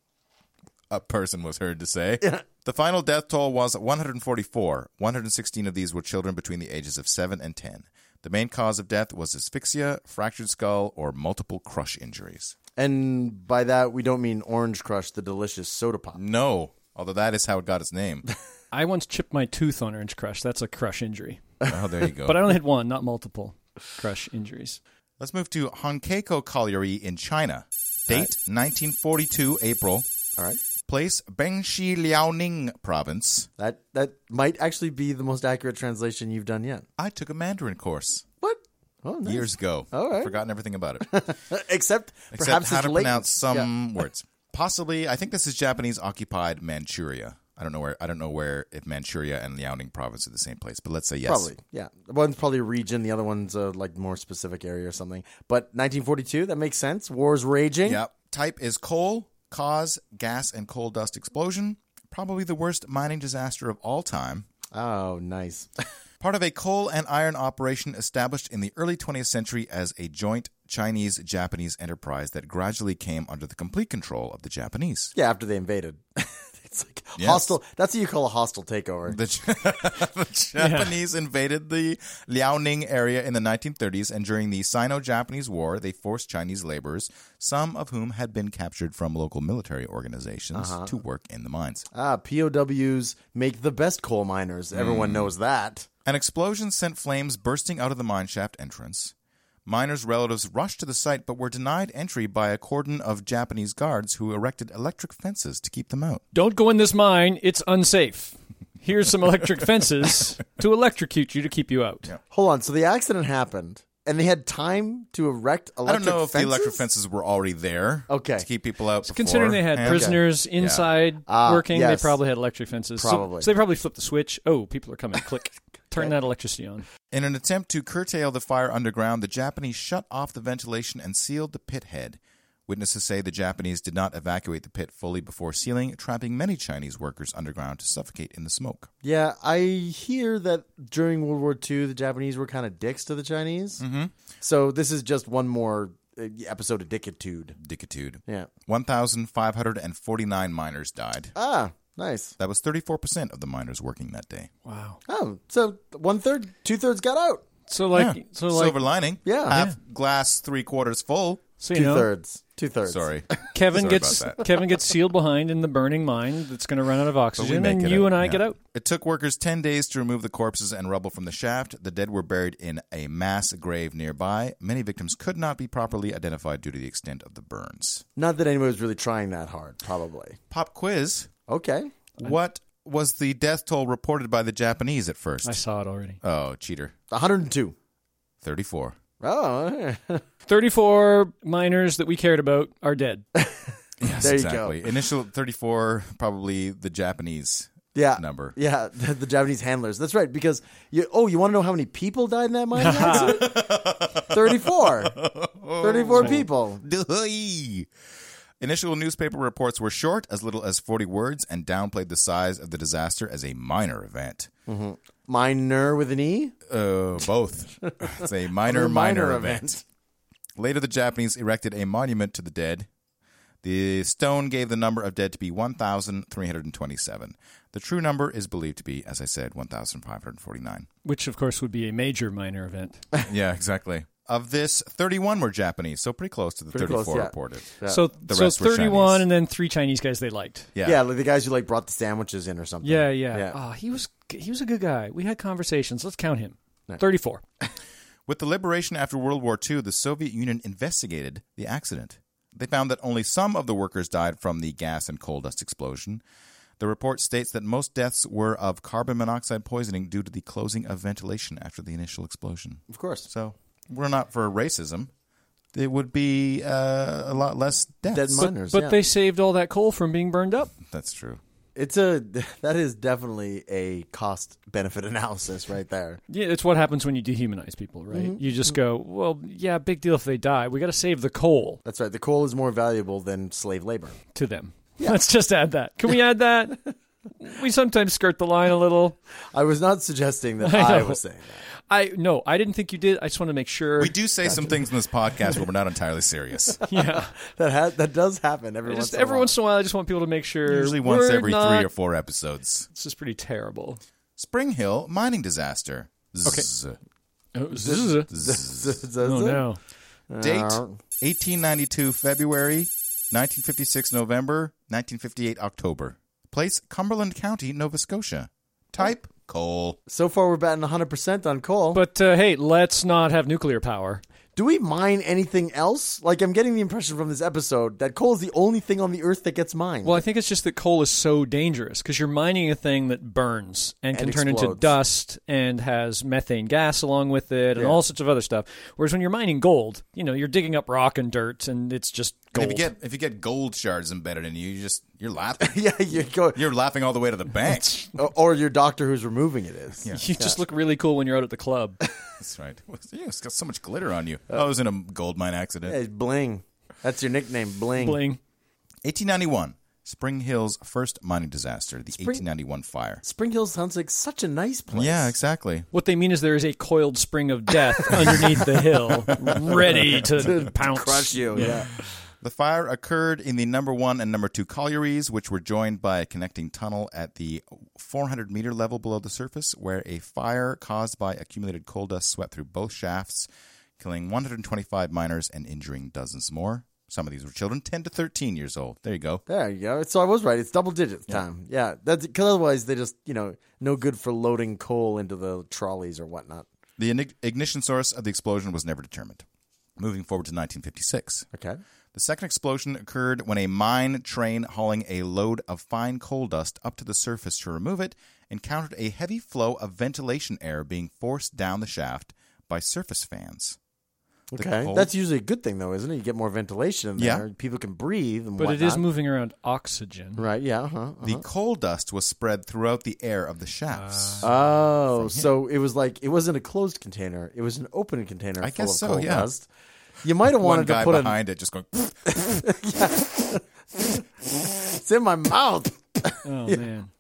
S2: a person was heard to say. The final death toll was 144. 116 of these were children between the ages of 7 and 10. The main cause of death was asphyxia, fractured skull, or multiple crush injuries.
S4: And by that, we don't mean Orange Crush, the delicious soda pop.
S2: No, although that is how it got its name.
S1: I once chipped my tooth on Orange Crush. That's a crush injury.
S2: oh, there you go.
S1: But I only had one, not multiple crush injuries.
S2: Let's move to Honkeiko Colliery in China. Date 1942, April.
S4: All right.
S2: Place Bengshi Liaoning Province.
S4: That that might actually be the most accurate translation you've done yet.
S2: I took a Mandarin course
S4: What? Oh, nice.
S2: years ago.
S4: All right.
S2: Forgotten everything about it.
S4: Except,
S2: Except
S4: perhaps
S2: how
S4: it's
S2: to
S4: latent.
S2: pronounce
S4: Yeah.
S2: some words. Possibly, I think this is Japanese occupied Manchuria. I don't know where I don't know where if Manchuria and Liaoning province are the same place, but let's say yes.
S4: Probably, yeah. One's probably a region, the other one's a like more specific area or something. But 1942, that makes sense. War's raging.
S2: Yep. Type is coal, cause gas and coal dust explosion. Probably the worst mining disaster of all time.
S4: Oh, nice.
S2: part of a coal and iron operation established in the early 20th century as a joint Chinese Japanese enterprise that gradually came under the complete control of the Japanese.
S4: yeah, after they invaded, it's like
S2: Yes.
S4: hostile. That's what you call a hostile takeover.
S2: The, Ch- the Japanese invaded the Liaoning area in the 1930s, and during the Sino Japanese War, they forced Chinese laborers, some of whom had been captured from local military organizations, to work in the mines.
S4: ah, POWs make the best coal miners.
S2: Hmm.
S4: Everyone knows that.
S2: An explosion sent flames bursting out of the mine shaft entrance. Miners' relatives rushed to the site but were denied entry by a cordon of Japanese guards who erected electric fences to keep them out.
S1: Don't go in this mine. It's unsafe. Here's some electric fences to electrocute you to keep you out.
S4: Hold on. So the accident happened, and they had time to erect
S2: I don't
S4: electric.
S2: know if the electric
S4: fences?
S2: fences were already there
S4: Okay.
S2: to keep people out.
S1: Considering they had
S2: beforehand.
S1: prisoners inside
S4: Ah,
S1: working,
S4: yes.
S1: they probably had electric fences. So-
S4: Probably.
S1: So, they probably flipped the switch. Oh, people are coming. Click. Turn that electricity on.
S2: In an attempt to curtail the fire underground, the Japanese shut off the ventilation and sealed the pit head. Witnesses say the Japanese did not evacuate the pit fully before sealing, trapping many Chinese workers underground to suffocate in the smoke.
S4: Yeah, I hear that during World War II, the Japanese were kind of dicks to the Chinese. Mm-hmm. So this is just one more uh, episode of dickitude.
S2: Dickitude.
S4: Yeah.
S2: 1,549 miners died.
S4: Ah, nice.
S2: That was 34% of the miners working that day.
S1: Wow.
S4: Oh, so one third, two thirds got out.
S1: So like,
S2: Yeah.
S1: so like,
S2: Silver lining.
S4: Yeah.
S2: Half glass, three quarters full.
S1: so you
S4: Two
S1: know,
S4: thirds. Two thirds.
S2: Sorry.
S1: Kevin
S2: Sorry
S1: gets
S2: about
S1: Kevin gets sealed behind in the burning mine that's going to run out of
S2: But we
S1: oxygen,
S2: make
S1: and
S2: it
S1: you
S2: out.
S1: and I
S2: Yeah.
S1: get out.
S2: It took workers 10 days to remove the corpses and rubble from the shaft. The dead were buried in a mass grave nearby. Many victims could not be properly identified due to the extent of the burns.
S4: Not that anyone was really trying that hard, probably.
S2: Pop quiz.
S4: Okay.
S2: What was the death toll reported by the Japanese at Oh,
S1: I
S2: first?
S1: saw it already.
S2: Oh, cheater.
S4: 102.
S2: 34.
S4: Oh,
S1: 34 miners that we cared about are dead.
S2: Yes,
S4: There you go.
S2: exactly. Initial 34, probably the Japanese
S4: yeah.
S2: number.
S4: Yeah, the, the Japanese handlers. That's right. Because you, oh, you want to know how many people died in that mine accident? Thirty-four. Thirty-four people.
S2: Duhey. Initial newspaper reports were short, as little as 40 words, and downplayed the size of the disaster as a minor event.
S4: Miner with an e.
S2: Uh, both. it's a minor, minor, event. Later, the Japanese erected a monument to the dead. The stone gave the number of dead to be 1,327. The true number is believed to be, as I said, 1,549.
S1: Which, of course, would be a major minor event.
S2: yeah, exactly. Of this, 31 were Japanese, so pretty close to the
S4: Pretty
S2: 34
S4: close, yeah.
S2: reported.
S1: So, so
S2: rest were
S1: 31
S2: Chinese.
S1: and then three Chinese guys they liked.
S2: Yeah.
S4: Yeah. like the guys who like brought the sandwiches in or something.
S1: Yeah, yeah.
S4: Yeah.
S1: Ah, he was he was a good guy. We had conversations. Let's count him. 34.
S2: With the liberation after World War II, the Soviet Union investigated the accident. They found that only some of the workers died from the gas and coal dust explosion. The report states that most deaths were of carbon monoxide poisoning due to the closing of ventilation after the initial explosion.
S4: Of course.
S2: So we're not for racism. It would be uh, a lot less deaths.
S4: Dead miners.
S1: But
S4: yeah.
S1: they saved all that coal from being burned up.
S2: That's true.
S4: It's a that is definitely a cost benefit analysis right there.
S1: Yeah, it's what happens when you dehumanize people, right?
S2: Mm-hmm.
S1: You just go, well, yeah, big deal if they die. We got to save the coal
S4: That's right. The coal is more valuable than slave labor.
S1: to them. Let's just add that. Can we add that? we sometimes skirt the line a little.
S4: I was not suggesting that
S1: I
S4: I,
S1: know.
S4: was saying that.
S1: I no, I didn't think you did. I just want to make sure.
S2: We do say some things in this podcast where we're not entirely serious.
S1: Yeah,
S4: That ha- that does happen every once
S1: just
S4: in a
S1: every
S4: while.
S1: once in a while, I just want people to make sure.
S2: Usually once
S1: we're
S2: every
S1: not-
S2: three or four episodes.
S1: This is pretty terrible.
S2: Spring Hill mining disaster. Okay.
S1: Oh,
S4: Does it?
S1: no.
S2: Date 1892 February, 1956 November, 1958 October. Place Cumberland County, Nova Scotia. Type coal.
S4: So far, we're batting 100% on coal.
S1: But uh, hey, let's not have nuclear power.
S4: Do we mine anything else? Like, I'm getting the impression from this episode that coal is the only thing on the earth that gets mined.
S1: Well, I think it's just that coal is so dangerous because you're mining a thing that burns and can
S4: And
S1: turn into
S4: explodes.
S1: dust and has methane gas along with it and
S4: Yeah.
S1: all sorts of other stuff. Whereas when you're mining gold, you know, you're digging up rock and dirt and it's just
S2: And
S1: gold.
S2: If you get if you get gold shards embedded in you, you just you're laughing.
S4: yeah, you go,
S2: you're laughing all the way to the bank.
S4: or- or your doctor who's removing it is.
S1: you just look really cool when you're out at the club.
S2: That's right. Yeah, it's got so much glitter on you. I was in a gold mine accident.
S4: Hey, bling. That's your nickname, bling.
S1: Bling.
S2: 1891. Spring Hill's first mining disaster, the 1891 fire.
S4: Spring Hill sounds like such a nice place.
S2: Yeah, exactly.
S1: What they mean is there is a coiled spring of death underneath the hill, ready to pounce.
S4: Crush you. yeah.
S2: The fire occurred in the number one and number two collieries, which were joined by a connecting tunnel at the 400 meter level below the surface, where a fire caused by accumulated coal dust swept through both shafts, killing 125 miners and injuring dozens more. Some of these were children, 10 to 13 years old. There you go.
S4: There you go. So I was right. It's double digits time. Yeah. That's because otherwise they just you know no good for loading coal into the trolleys or whatnot.
S2: The igni- ignition source of the explosion was never determined. Moving forward to 1956.
S4: Okay.
S2: The second explosion occurred when a mine train hauling a load of fine coal dust up to the surface to remove it encountered a heavy flow of ventilation air being forced down the shaft by surface fans. The
S4: Okay.
S2: coal-
S4: That's usually a good thing though, isn't it? You get more ventilation in
S2: Yeah.
S4: there. People can breathe and
S1: But it
S4: whatnot.
S1: is moving around oxygen.
S4: Right. Yeah. Uh-huh,
S2: the
S4: uh-huh.
S2: coal dust was spread throughout the air of the shafts.
S4: Oh, so it was like it wasn't a closed container; it was an open container
S2: I
S4: full
S2: guess
S4: of
S2: so,
S4: coal
S2: yeah.
S4: dust. You might have
S2: One
S4: wanted
S2: guy
S4: to put a
S2: behind it just going, "Pfft."
S4: it's in my mouth.
S1: Oh man.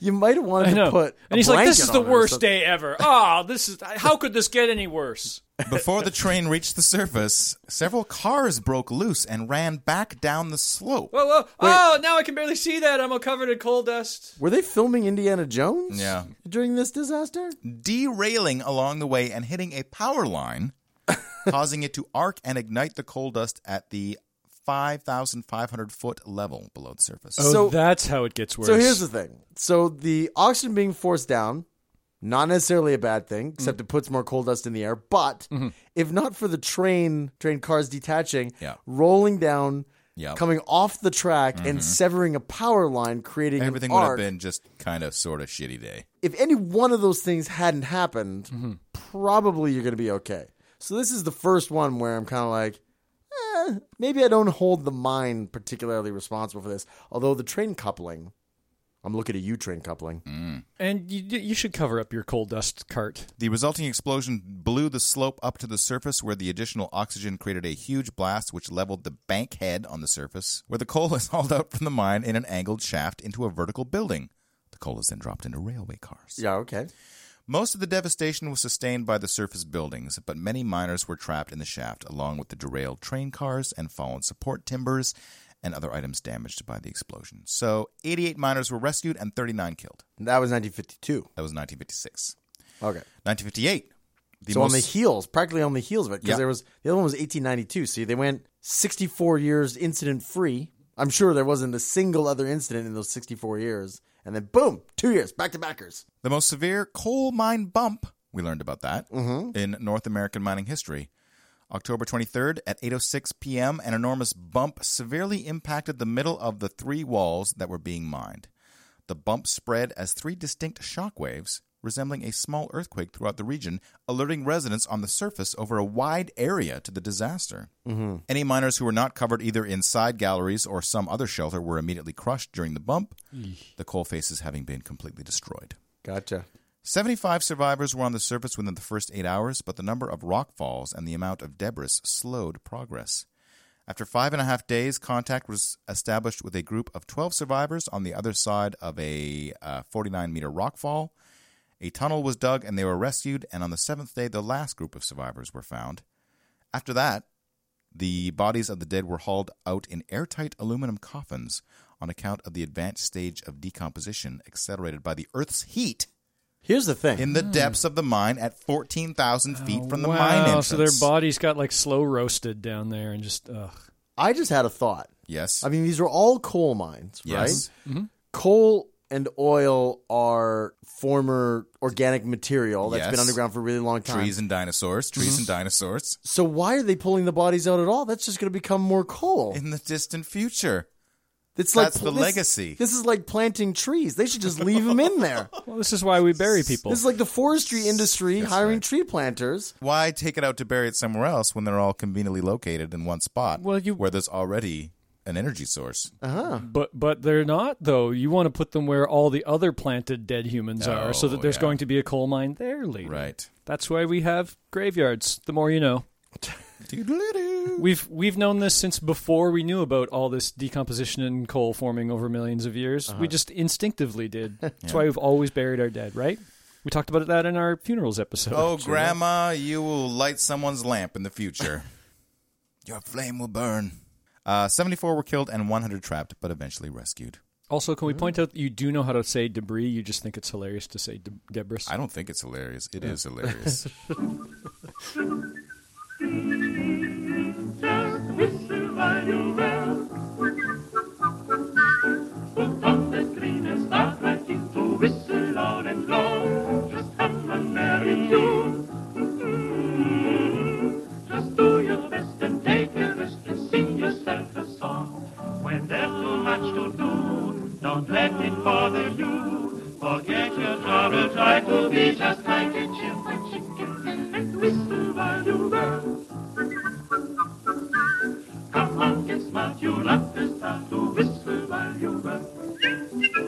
S4: You might have wanted
S1: I know.
S4: to put. a
S1: and he's like, "This
S4: blanket
S1: is the
S4: on it or
S1: worst
S4: something."
S1: day ever. Ah, this is how could this get any worse?"
S2: before the train reached the surface, several cars broke loose and ran back down the slope.
S1: Whoa, whoa! Oh, now I can barely see that. I'm all covered in coal dust.
S4: Were they filming Indiana Jones?
S2: Yeah.
S4: During this disaster,
S2: derailing along the way and hitting a power line, causing it to arc and ignite the coal dust at the 5,500 foot level below the surface.
S1: Oh,
S4: So-
S1: that's how it gets worse.
S4: So here's the thing. So the oxygen being forced down, not necessarily a bad
S2: Mm-hmm.
S4: thing, except it puts more coal dust in the air. But if not for the train, train cars detaching,
S2: Yeah.
S4: rolling down,
S2: Yep.
S4: coming off the track, and severing a power line, creating an
S2: Mm-hmm. Everything would have
S4: arc,
S2: been just kind of sort of shitty day. Mm-hmm.
S4: If any one of those things hadn't happened, probably you're going to be okay. So this is the first one where I'm kind of like, eh, maybe I don't hold the mine particularly responsible for this. Although the train coupling, I'm looking at you, train coupling.
S2: Mm.
S1: And you, you should cover up your coal dust cart.
S2: The resulting explosion blew the slope up to the surface, where the additional oxygen created a huge blast which leveled the bank head on the surface, where the coal is hauled out from the mine in an angled shaft into a vertical building. The coal is then dropped into railway cars.
S4: Yeah, okay.
S2: Most of the devastation was sustained by the surface buildings, but many miners were trapped in the shaft, along with the derailed train cars and fallen support timbers and other items damaged by the explosion. So, 88 miners were rescued and 39 killed.
S4: That was 1952.
S2: That was 1956.
S4: Okay.
S2: 1958. The
S4: so on the
S2: most-
S4: heels, practically on the heels of it, because
S2: Yeah.
S4: there was the other one was 1892. See, they went 64 years incident free. I'm sure there wasn't a single other incident in those 64 years, and then boom, two years back to backers.
S2: The most severe coal mine bump, we learned about that, in North American mining history. October 23rd at 8:06 p.m., an enormous bump severely impacted the middle of the three walls that were being mined. The bump spread as three distinct shock waves, resembling a small earthquake throughout the region, alerting residents on the surface over a wide area to the disaster. Any miners who were not covered either in side galleries or some other shelter were immediately crushed during the bump, the coal faces having been completely destroyed.
S4: Gotcha.
S2: 75 survivors were on the surface within the first eight hours, but the number of rock falls and the amount of debris slowed progress. After five and a half days, contact was established with a group of 12 survivors on the other side of a 49 meter rock fall. A tunnel was dug and they were rescued, and on the seventh day, the last group of survivors were found. After that, the bodies of the dead were hauled out in airtight aluminum coffins on account of the advanced stage of decomposition accelerated by the Earth's heat
S4: Here's the thing.
S2: in the depths of the mine at 14,000 feet from the
S1: Oh, wow,
S2: mine entrance.
S1: so their bodies got like slow roasted down there and just ugh.
S4: I just had a thought.
S2: yes.
S4: I mean, these are all coal mines,
S2: Yes.
S4: right? Coal and oil are former organic material that's
S2: Yes.
S4: been underground for a really long time.
S2: trees and dinosaurs, trees and
S1: Mm-hmm.
S2: dinosaurs
S4: So why are they pulling the bodies out at all? That's just going to become more coal.
S2: in the distant future.
S4: It's
S2: That's the
S4: this-
S2: legacy.
S4: This is like planting trees. They should just leave them in there.
S1: Well, this is why we bury people.
S4: This is like the forestry industry hiring tree planters.
S2: Why take it out to bury it somewhere else when they're all conveniently located in one spot
S1: Well, you- Uh-huh.
S2: where there's already an energy source?
S1: But but they're not though. You want to put them where all the other planted dead humans are, so
S2: Oh,
S1: that there's
S2: yeah.
S1: going to be a coal mine there later.
S2: Right.
S1: That's why we have graveyards. The more you know.
S2: Doodle-doo.
S1: We've we've known this since before we knew about all this decomposition and coal forming over millions of years.
S2: Uh-huh.
S1: We just instinctively did. That's why we've always buried our dead, right? We talked about that in our funerals episode.
S2: Oh, Grandma, you will light someone's lamp in the future. Your flame will burn. Uh, 74 were killed and 100 trapped, but eventually rescued.
S1: Also, can we
S2: Mm-hmm.
S1: point out that you do know how to say debris? You just think it's hilarious to say de- debris.
S2: I don't think it's hilarious. It is hilarious.
S3: Don't let it bother you. Forget your trouble, try to be just like a chimp. And whistle while you run. Come on, get smart, you love this time to whistle while you run.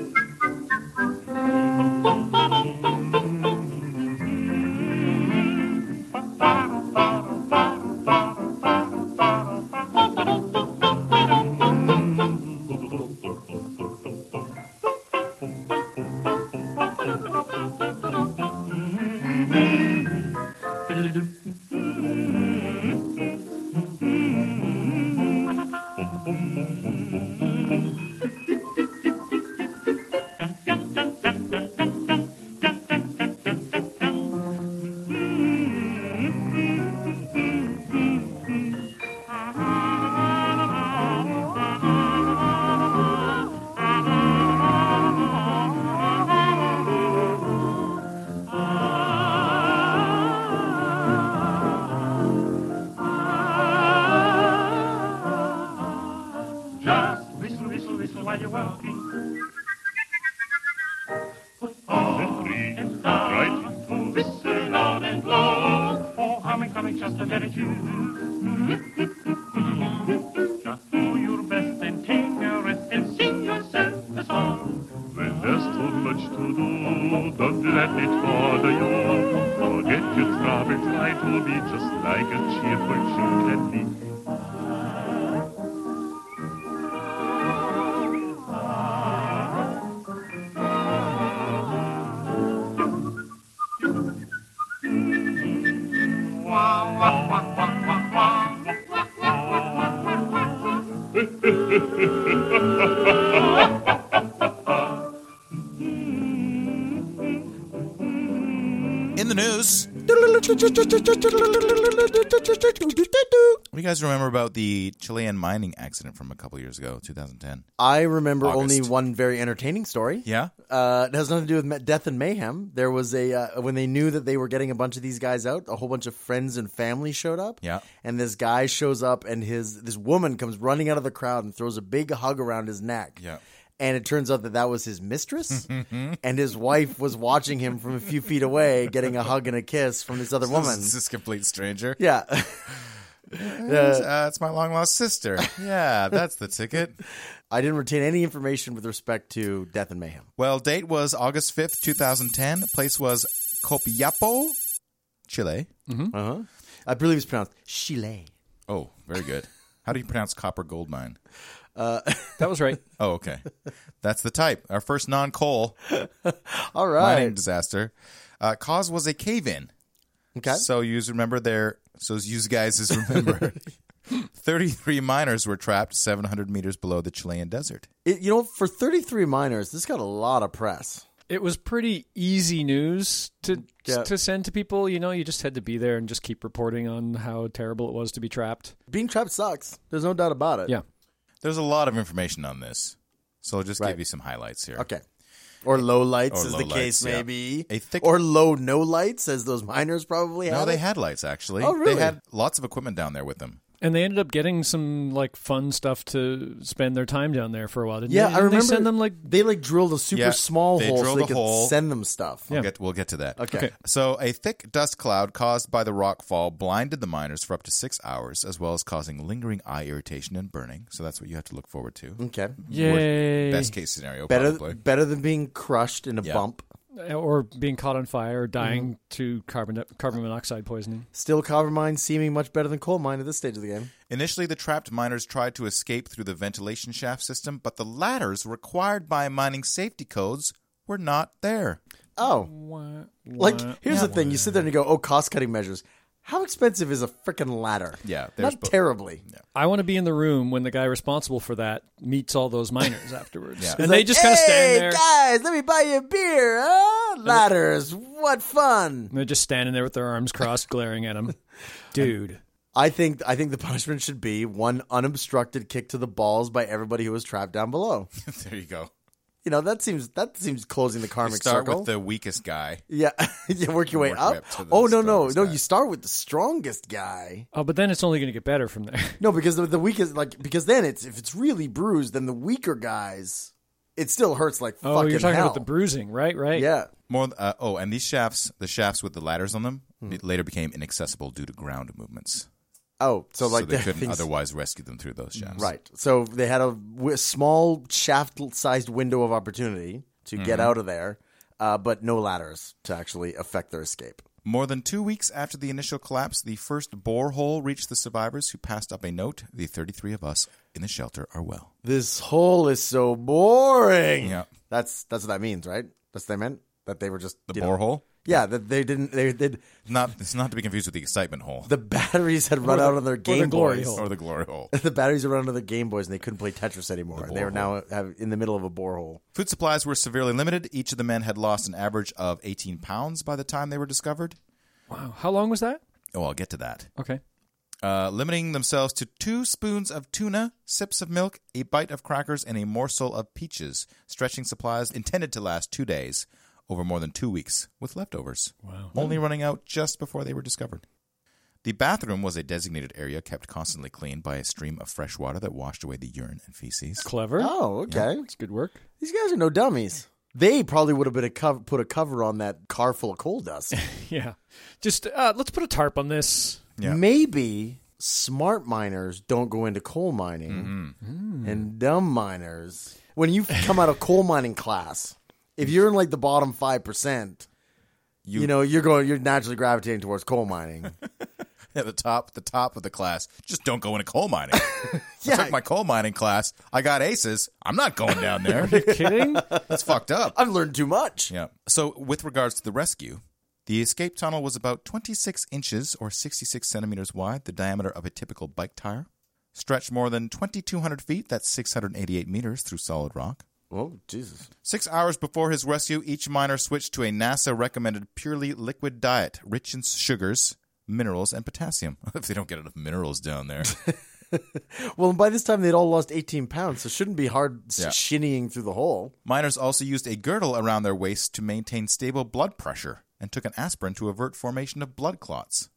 S3: Just whistle, whistle, whistle while you're walking. Put on the three and start to whistle loud and low. Oh, humming, coming, just a very few. Just do your best and take a rest and sing yourself a song.
S5: When there's too much to do, don't let it bother you. Forget your trouble, try to be just like a cheerful chick can be.
S2: In the news, what do you guys remember about the Chilean mining accident from a couple years ago, 2010?
S4: I remember only
S2: August.
S4: one very entertaining story.
S2: Yeah?
S4: Uh, it has nothing to do with ma- death and mayhem. There was a uh, when they knew that they were getting a bunch of these guys out, a whole bunch of friends and family showed up.
S2: Yeah.
S4: and this guy shows up, and his this woman comes running out of the crowd and throws a big hug around his neck.
S2: Yeah.
S4: and it turns out that that was his mistress, and his wife was watching him from a few feet away, getting a hug and a kiss from this other woman.
S2: This is this complete stranger.
S4: Yeah,
S2: Uh, it's my long lost sister. Yeah, that's the ticket.
S4: I didn't retain any information with respect to death and mayhem.
S2: Well, date was August 5th, 2010. Place was Copiapo, Chile.
S4: Uh
S2: Uh-huh.
S4: huh. I believe it's pronounced Chile.
S2: Oh, very good. How do you pronounce copper gold mine?
S1: That was right.
S2: Oh, okay. That's the type. Our first non coal
S4: All
S2: mining
S4: right.
S2: disaster. Uh, cause was a cave in.
S4: Okay.
S2: So you remember there. So you guys is remember. 33 miners were trapped 700 meters below the Chilean desert.
S4: It, you know, for 33 minors, this got a lot of press.
S1: It was pretty easy news to
S4: Yeah.
S1: to send to people. You know, you just had to be there and just keep reporting on how terrible it was to be trapped.
S4: Being trapped sucks. There's no doubt about it.
S1: Yeah.
S2: There's a lot of information on this. So I'll just give
S4: Right.
S2: you some highlights here.
S4: Okay. Or low lights
S2: Or
S4: is
S2: low
S4: the
S2: lights,
S4: case,
S2: yeah.
S4: maybe.
S2: A thick-
S4: or low no lights, as those miners probably had.
S2: No, they
S4: it.
S2: had lights actually.
S4: Oh, really?
S2: They had lots of equipment down there with them.
S1: And they ended up getting some like fun stuff to spend their time down there for a while. Didn't
S4: Yeah,
S1: they?
S4: I
S1: Didn't
S4: remember.
S1: They send them like
S4: they like drilled a super
S2: Yeah,
S4: small
S2: they
S4: hole so
S2: drilled
S4: they
S2: a
S4: could
S2: hole.
S4: send them stuff.
S2: We'll
S1: Yeah.
S2: get we'll get to that.
S4: Okay.
S1: Okay.
S2: So a thick dust cloud caused by the rock fall blinded the miners for up to six hours, as well as causing lingering eye irritation and burning. So that's what you have to look forward to.
S4: Okay.
S1: yay,
S2: Best case scenario,
S4: Mm. Better
S2: probably.
S4: better than being crushed in a
S2: Yeah.
S4: bump.
S1: or being caught on fire or dying
S4: Mm-hmm.
S1: to carbon carbon monoxide poisoning.
S4: Still copper mine seeming much better than coal mine at this stage of the game.
S2: Initially, the trapped miners tried to escape through the ventilation shaft system, but the ladders required by mining safety codes were not there.
S4: Oh. Like, here's the thing: you sit there and you go, "Oh, cost cutting measures." How expensive is a freaking ladder?
S2: Yeah, there's
S4: not
S2: both-
S4: terribly.
S1: I want to be in the room when the guy responsible for that meets all those miners afterwards,
S2: Yeah.
S1: and they just kind of stand there.
S4: guys, let me buy you a beer. Huh? Ladders, what fun!
S1: And they're just standing there with their arms crossed, glaring at him. Dude,
S4: I think I think the punishment should be one unobstructed kick to the balls by everybody who was trapped down below.
S2: there you go.
S4: You know that seems that seems closing the
S2: You
S4: karmic
S2: start
S4: circle.
S2: with the weakest guy.
S4: yeah, you work your way
S2: Work
S4: up.
S2: your way up to the
S4: oh no, no,
S2: strongest
S4: no!
S2: guy.
S4: You start with the strongest guy.
S1: oh, but then it's only going to get better from there.
S4: No, because the, the weakest, like, because then it's if it's really bruised, then the weaker guys, it still hurts like
S1: Oh,
S4: fucking
S1: you're talking
S4: hell.
S1: about the bruising, right? Right.
S4: Yeah,
S2: More. Uh, oh, and these shafts, the shafts with the ladders on them,
S4: Hmm.
S2: it later became inaccessible due to ground movements.
S4: Oh, so like
S2: they
S4: there are
S2: couldn't
S4: things-
S2: otherwise rescue them through those shafts.
S4: Right. So they had a w- small shaft-sized window of opportunity to get out of there, uh, but no ladders to actually affect their escape.
S2: More than two weeks after the initial collapse, the first borehole reached the survivors, who passed up a note: "The 33 of us in the shelter are well."
S4: This hole is so boring.
S2: Yeah.
S4: That's that's what that means, right? That's what they meant that they were just
S2: The
S4: you know-
S2: borehole,
S4: yeah, that they didn't. They did.
S2: not it's not to be confused with the excitement hole
S4: The batteries had run out on their
S1: the
S4: Game
S1: glory
S4: Boys.
S1: hole.
S2: or the glory hole.
S4: the batteries were running out of their Game Boys and they couldn't play Tetris anymore. they were
S2: borehole.
S4: now have, in the middle of a borehole.
S2: Food supplies were severely limited. Each of the men had lost an average of 18 pounds by the time they were discovered.
S1: Wow. How long was that?
S2: Oh, I'll get to that.
S1: Okay.
S2: uh, limiting themselves to two spoons of tuna, sips of milk, a bite of crackers, and a morsel of peaches, stretching supplies intended to last two days over more than two weeks with leftovers. Wow. Only running out just before they were discovered. The bathroom was a designated area kept constantly clean by a stream of fresh water that washed away the urine and feces.
S1: Clever.
S4: Oh, okay.
S1: It's good work.
S4: These guys are no dummies. They probably would have been a cov- put a cover on that car full of coal dust.
S1: Yeah. Just uh, let's put a tarp on this.
S2: Yeah.
S4: Maybe smart miners don't go into coal mining Mm. and dumb miners. When you come out of coal mining class, if you're in like the bottom 5%, you, know, you're going you're naturally gravitating towards coal mining.
S2: at the top, the top of the class. Just don't go into coal mining. I
S4: yeah.
S2: took my coal mining class. I got aces. I'm not going down there.
S1: Kidding?
S2: That's fucked up.
S4: I've learned too much.
S2: Yeah. So, with regards to the rescue, the escape tunnel was about 26 inches or 66 centimeters wide, the diameter of a typical bike tire. Stretched more than 2,200 feet, that's 688 meters, through solid rock.
S4: Oh, Jesus.
S2: Six hours before his rescue, each miner switched to a NASA recommended purely liquid diet, rich in sugars, minerals, and potassium. if they don't get enough minerals down there.
S4: Well, by this time they'd all lost 18 pounds, so it shouldn't be hard s-
S2: Yeah.
S4: shinnying through the hole.
S2: Miners also used a girdle around their waist to maintain stable blood pressure and took an aspirin to avert formation of blood clots.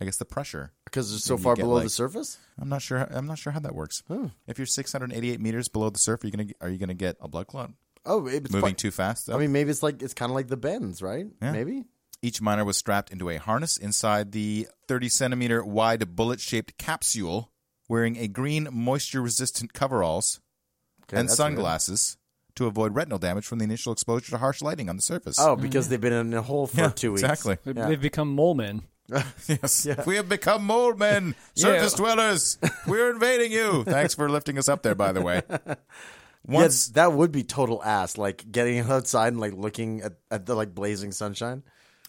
S2: I guess the pressure.
S4: Because they're so
S2: You
S4: far
S2: get,
S4: below
S2: like-
S4: the surface?
S2: I'm not sure. I'm not sure how that works.
S4: Hmm.
S2: If you're 688 meters below the surface, are you gonna are you gonna get a blood clot?
S4: Oh, it- it's
S2: Moving
S4: fu-
S2: too fast. Though?
S4: I mean, maybe it's like it's kind of like the bends, right?
S2: Yeah.
S4: Maybe.
S2: each miner was strapped into a harness inside the 30 centimeter wide bullet shaped capsule, wearing a green moisture resistant coveralls
S4: Okay,
S2: and
S4: that's weird.
S2: sunglasses to avoid retinal damage from the initial exposure to harsh lighting on the surface.
S4: Oh, because they've been in a hole for
S2: Mm-hmm. Yeah,
S4: two weeks.
S2: exactly.
S1: They've-
S4: Yeah.
S1: They've become mole men.
S2: Yes. We have become mole men, surface dwellers. We're invading you. Thanks for lifting us up there, by the way. Once
S4: Yes, that would be total ass. Like getting outside and like looking at, at the like blazing sunshine.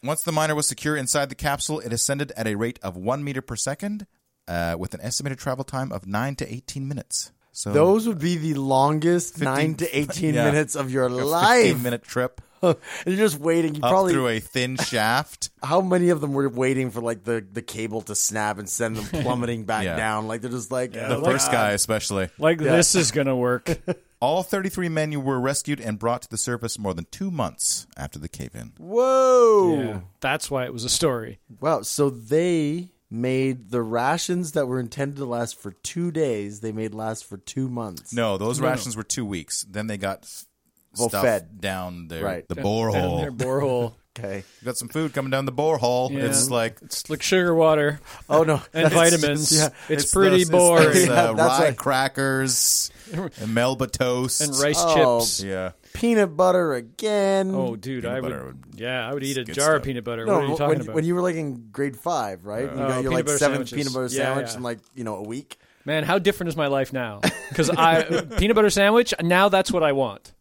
S2: once the miner was secure inside the capsule, it ascended at a rate of one meter per second, uh, with an estimated travel time of nine to eighteen minutes. So
S4: Those would be the longest nine to eighteen
S2: Um, yeah.
S4: minutes of your
S2: a
S4: life.
S2: minute trip
S4: and you're just waiting. You
S2: up
S4: probably
S2: through a thin shaft.
S4: how many of them were waiting for like the, the cable to snap and send them plummeting back
S2: Yeah.
S4: down? Like they're just like
S2: The
S4: "Oh,
S2: first guy, especially.
S1: Like this is gonna work.
S2: All 33 men were rescued and brought to the surface more than two months after the cave in.
S4: whoa.
S1: Yeah. That's why it was a story.
S4: Wow. So they made the rations that were intended to last for two days, they made last for two months.
S2: No, those rations were two weeks. Then they got s-
S4: Well,
S2: stuff
S4: fed.
S2: down their,
S4: Right.
S2: the
S4: Oh.
S1: Down there,
S2: borehole.
S1: borehole.
S4: Okay.
S2: got some food coming down the borehole.
S1: Yeah.
S2: It's like
S1: It's like sugar water
S4: Oh, no.
S1: and vitamins.
S4: yeah,
S1: it's,
S2: those-
S1: pretty
S2: it's
S1: boring.
S2: those, uh,
S4: Yeah, that's
S2: rye
S4: right.
S2: crackers, and Melba toast,
S1: and rice
S4: Oh.
S1: chips.
S2: Yeah,
S4: peanut butter again.
S1: Oh, dude, I would,
S2: butter would-
S1: Yeah, I would eat a jar
S2: good
S1: of
S2: stuff.
S1: peanut butter.
S4: no,
S1: what are you talking
S4: when,
S1: about?
S4: when you were like in grade five, right? You
S1: Oh,
S4: got your
S1: peanut
S4: like
S1: butter
S4: seventh
S1: sandwiches.
S4: peanut butter
S1: Yeah,
S4: sandwich
S1: yeah.
S4: in like, you know, a week.
S1: Man, how different is my life now? Because I peanut butter sandwich. Now that's what I want.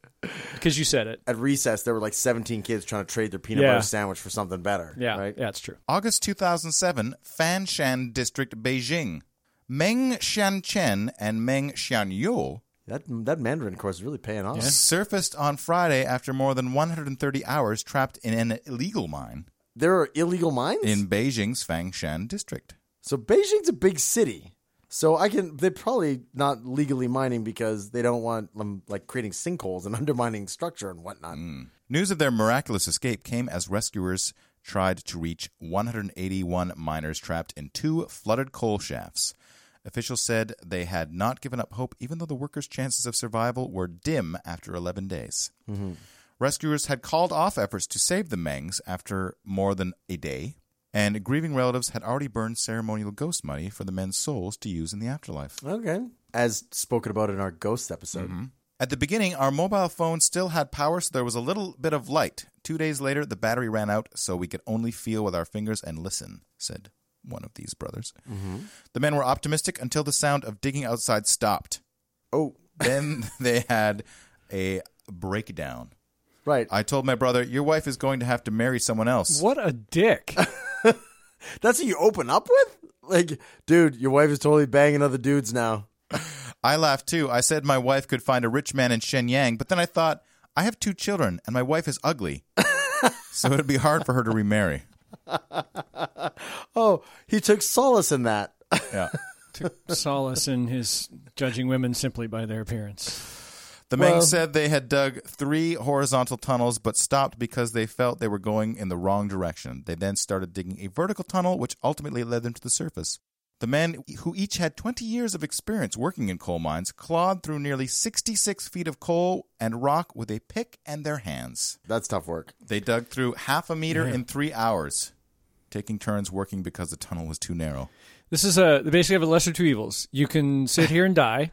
S1: Because you said it.
S4: At recess, there were like 17 kids trying to trade their peanut
S1: Yeah.
S4: butter sandwich for something better.
S1: Yeah,
S4: Right?
S1: yeah, it's true.
S2: August 2007, Fanshan District, Beijing. Meng Shanchen and Meng Xianyu
S4: That, that Mandarin course is really paying off.
S2: surfaced on Friday after more than 130 hours trapped in an illegal mine
S4: There are illegal mines?
S2: in Beijing's Fangshan District.
S4: So Beijing's a big city. So I can they're probably not legally mining because they don't want them like creating sinkholes and undermining structure and whatnot.
S2: News of their miraculous escape came as rescuers tried to reach 181 miners trapped in two flooded coal shafts. Officials said they had not given up hope, even though the workers' chances of survival were dim after 11 days. Rescuers had called off efforts to save the Mengs after more than a day, and grieving relatives had already burned ceremonial ghost money for the men's souls to use in the afterlife.
S4: Okay. As spoken about in our ghost episode.
S2: Mm-hmm. At the beginning, our mobile phone still had power, so there was a little bit of light. Two days later, the battery ran out, so we could only feel with our fingers and listen, said one of these brothers. The men were optimistic until the sound of digging outside stopped.
S4: Oh,
S2: Then they had a breakdown.
S4: right.
S2: I told my brother, Your wife is going to have to marry someone else.
S1: What a dick!
S4: That's what you open up with? Like, dude, your wife is totally banging other dudes now.
S2: I laughed too. I said my wife could find a rich man in Shenyang, but then I thought, I have two children, and my wife is ugly. so it'd be hard for her to remarry.
S4: Oh, he took solace in that.
S2: Yeah.
S1: Solace in his judging women simply by their appearance.
S2: The Meng said they had dug three horizontal tunnels but stopped because they felt they were going in the wrong direction. They then started digging a vertical tunnel, which ultimately led them to the surface. The men, who each had 20 years of experience working in coal mines, clawed through nearly 66 feet of coal and rock with a pick and their hands.
S4: That's tough work.
S2: They dug through half a meter in three hours. taking turns working because the tunnel was too narrow.
S1: This is a they basically have a lesser two evils. You can sit here and die,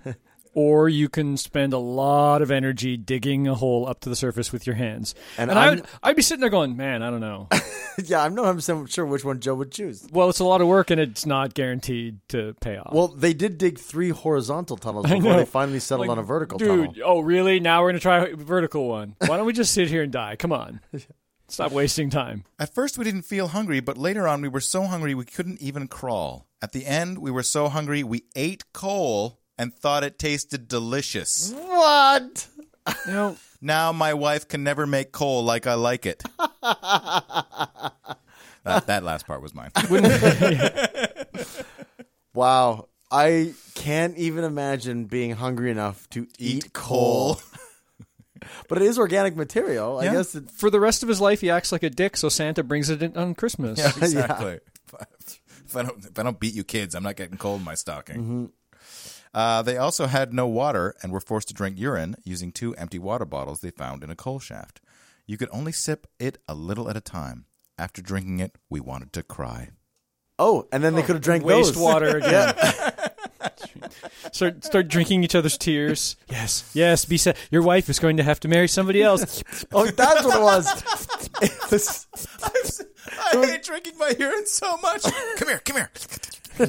S1: or you can spend a lot of energy digging a hole up to the surface with your hands.
S4: And
S1: And, I
S4: I'm-
S1: would, I'd be sitting there going, man, I don't know.
S4: yeah, I'm not 100 sure which one Joe would choose.
S1: well, it's a lot of work, and it's not guaranteed to pay off.
S4: Well, they did dig three horizontal tunnels
S1: I
S4: before
S1: know.
S4: they finally settled
S1: Like,
S4: on a vertical
S1: dude,
S4: tunnel.
S1: oh really? Now we're gonna try a vertical one. Why don't we just sit here and die? Come on, stop wasting time.
S2: At first, we didn't feel hungry, but later on, we were so hungry we couldn't even crawl. At the end, we were so hungry we ate coal and thought it tasted delicious.
S4: What?
S1: You know,
S2: Now my wife can never make coal like I like it. that, that last part was mine.
S4: Wow. I can't even imagine being hungry enough to eat, coal. But it is organic material. I
S2: Yeah.
S4: guess it,
S1: for the rest of his life, he acts like a dick, so Santa brings it in on Christmas.
S2: Yeah, exactly. If I don't if I don't beat you kids, I'm not getting coal in my stocking. Uh, they also had no water and were forced to drink urine using two empty water bottles they found in a coal shaft. You could only sip it a little at a time. After drinking it, we wanted to cry.
S4: Oh, and then they could have drank those.
S1: Wastewater again. Start, start drinking each other's tears. Yes, yes. Be sad. Your wife is going to have to marry somebody else.
S4: Oh, that's what it was. It was-
S2: I hate drinking my urine so much. Come here, come here.
S4: no,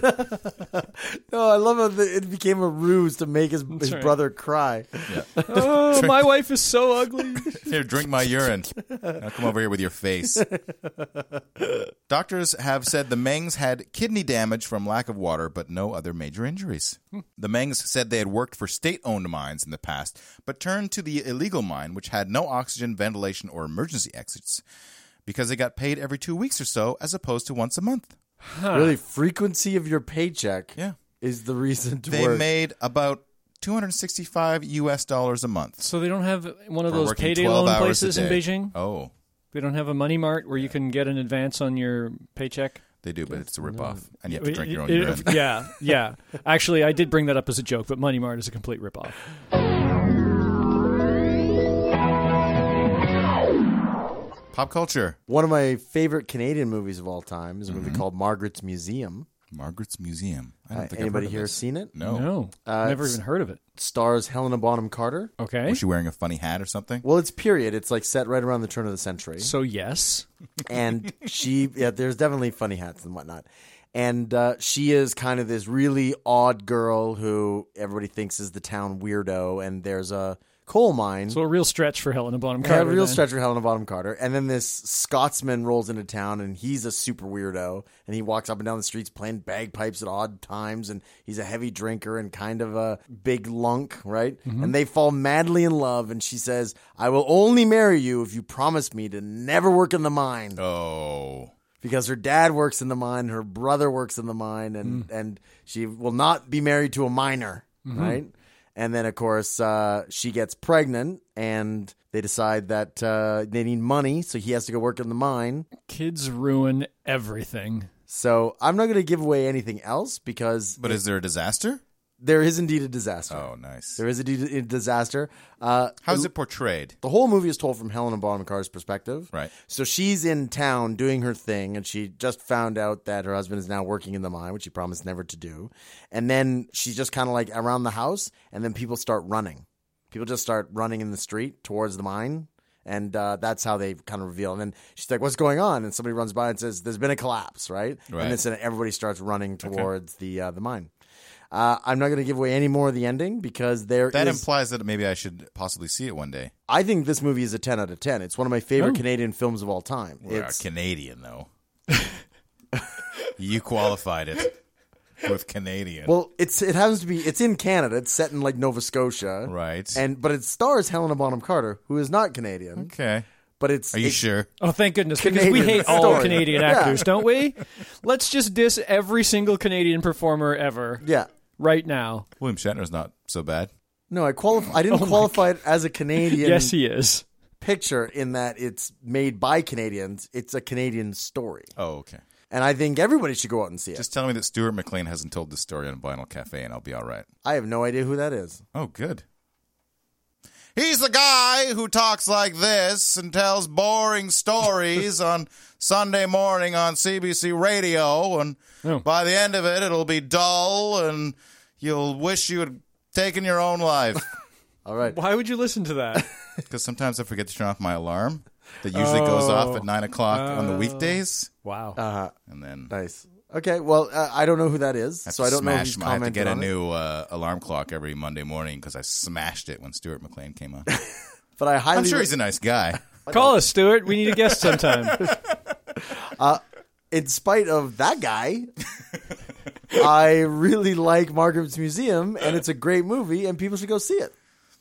S4: I love how the, it became a ruse to make his, his
S1: right.
S4: brother cry.
S1: oh, my wife is so ugly.
S2: Here, drink my urine. Now come over here with your face. Doctors have said the Mengs had kidney damage from lack of water, but no other major injuries.
S1: Hmm.
S2: The Mengs said they had worked for state owned mines in the past, but turned to the illegal mine, which had no oxygen, ventilation, or emergency exits, because they got paid every two weeks or so as opposed to once a month.
S4: Really, frequency of your paycheck
S2: Yeah.
S4: is the reason to
S2: They
S4: work.
S2: made about 265 US dollars a month.
S1: So they don't have one of
S2: for
S1: those
S2: working
S1: payday
S2: 12
S1: loan
S2: hours a
S1: places in
S2: day.
S1: Beijing.
S2: Oh,
S1: They don't have a money mart where you can get an advance on your paycheck.
S2: they do, but it's a ripoff. And you have to drink your own
S1: It- it-
S2: urine.
S1: yeah, yeah. Actually, I did bring that up as a joke, but Money Mart is a complete ripoff.
S2: Pop culture.
S4: One of my favorite Canadian movies of all time is a movie called Margaret's Museum.
S2: Margaret's Museum. Mm-hmm. I don't
S4: Uh,
S2: think I've heard
S4: anybody
S2: of
S4: here
S2: this.
S4: seen it?
S2: No.
S1: No,
S4: Uh,
S1: never
S4: it's-
S1: even heard of it.
S4: Stars Helena Bonham Carter.
S1: Okay,
S2: Was Oh, she wearing a funny hat or something?
S4: Well, it's period. It's like set right around the turn of the century.
S1: so yes,
S4: and she yeah there's definitely funny hats and whatnot and uh, she is kind of this really odd girl who everybody thinks is the town weirdo and there's a coal mine
S1: so a real stretch for Helena Bonham
S4: yeah,
S1: Carter.
S4: a real
S1: then.
S4: stretch for Helena Bottom Carter, and then this Scotsman rolls into town, and he's a super weirdo, and he walks up and down the streets playing bagpipes at odd times, and he's a heavy drinker and kind of a big lunk, right? And they fall madly in love, and she says, "I will only marry you if you promise me to never work in the mine."
S2: Oh.
S4: because her dad works in the mine, her brother works in the mine, and
S2: Mm.
S4: and she will not be married to a miner,
S2: Mm-hmm.
S4: right? And then of course uh, she gets pregnant, and they decide that uh, they need money, so he has to go work in the mine.
S1: Kids ruin everything.
S4: So I'm not going to give away anything else because
S2: But is there a disaster?
S4: there is indeed a disaster.
S2: Oh, nice.
S4: There is indeed a disaster. Uh,
S2: How's it portrayed?
S4: the whole movie is told from Helen and Bonham Carter's perspective.
S2: Right.
S4: So she's in town doing her thing, and she just found out that her husband is now working in the mine, which she promised never to do. And then she's just kind of like around the house, and then people start running. People just start running in the street towards the mine, and uh, that's how they kind of reveal. And then she's like, "What's going on?" And somebody runs by and says, "There's been a collapse," right?
S2: Right.
S4: And then so everybody starts running towards the uh, the mine. Uh, I'm not going to give away any more of the ending because there
S2: That
S4: is-
S2: implies that maybe I should possibly see it one day.
S4: I think this movie is a 10 out of 10. It's one of my favorite
S2: Oh.
S4: Canadian films of all time.
S2: We're
S4: It's,
S2: Uh, Canadian, though. you qualified it with Canadian.
S4: well, it's it happens to be it's in Canada. It's set in like Nova Scotia.
S2: right.
S4: And but it stars Helena Bonham Carter, who is not Canadian,
S2: okay.
S4: but it's
S2: Are you
S4: it-
S2: sure?
S1: Oh, thank goodness, because
S4: Canadian
S1: we hate all
S4: story.
S1: Canadian
S4: Yeah.
S1: actors, don't we? Let's just diss every single Canadian performer ever
S4: Yeah.
S1: right now.
S2: William Shatner's not so bad.
S4: No, I qualify I
S2: Oh
S4: didn't qualify it as a Canadian
S1: Yes, he is.
S4: picture in that it's made by Canadians. It's a Canadian story.
S2: Oh, okay.
S4: And I think everybody should go out and see it.
S2: Just tell me that Stuart McLean hasn't told this story on Vinyl Cafe, and I'll be all right.
S4: I have no idea who that is.
S2: Oh, good. Oh, He's the guy who talks like this and tells boring stories on Sunday morning on CBC radio. And
S1: Oh.
S2: by the end of it, it'll be dull and you'll wish you had taken your own life.
S4: All right.
S1: Why would you listen to that?
S2: Because sometimes I forget to turn off my alarm that usually goes off
S1: Oh.
S2: at 9 o'clock on the weekdays.
S1: Wow.
S2: And then.
S4: Nice. Okay. Well, uh, I don't know who that is,
S2: have
S4: so
S2: to
S4: I don't know
S2: smash
S4: who's
S2: my- I have to
S4: commented
S2: get a
S4: on it.
S2: new uh, alarm clock every Monday morning because I smashed it when Stuart McLean came on.
S4: But I highly,
S2: I'm sure he's a nice guy.
S1: Call us, Stuart. We need a guest sometime.
S4: in spite of that guy, I really like Margaret's Museum, and it's a great movie, and people should go see it.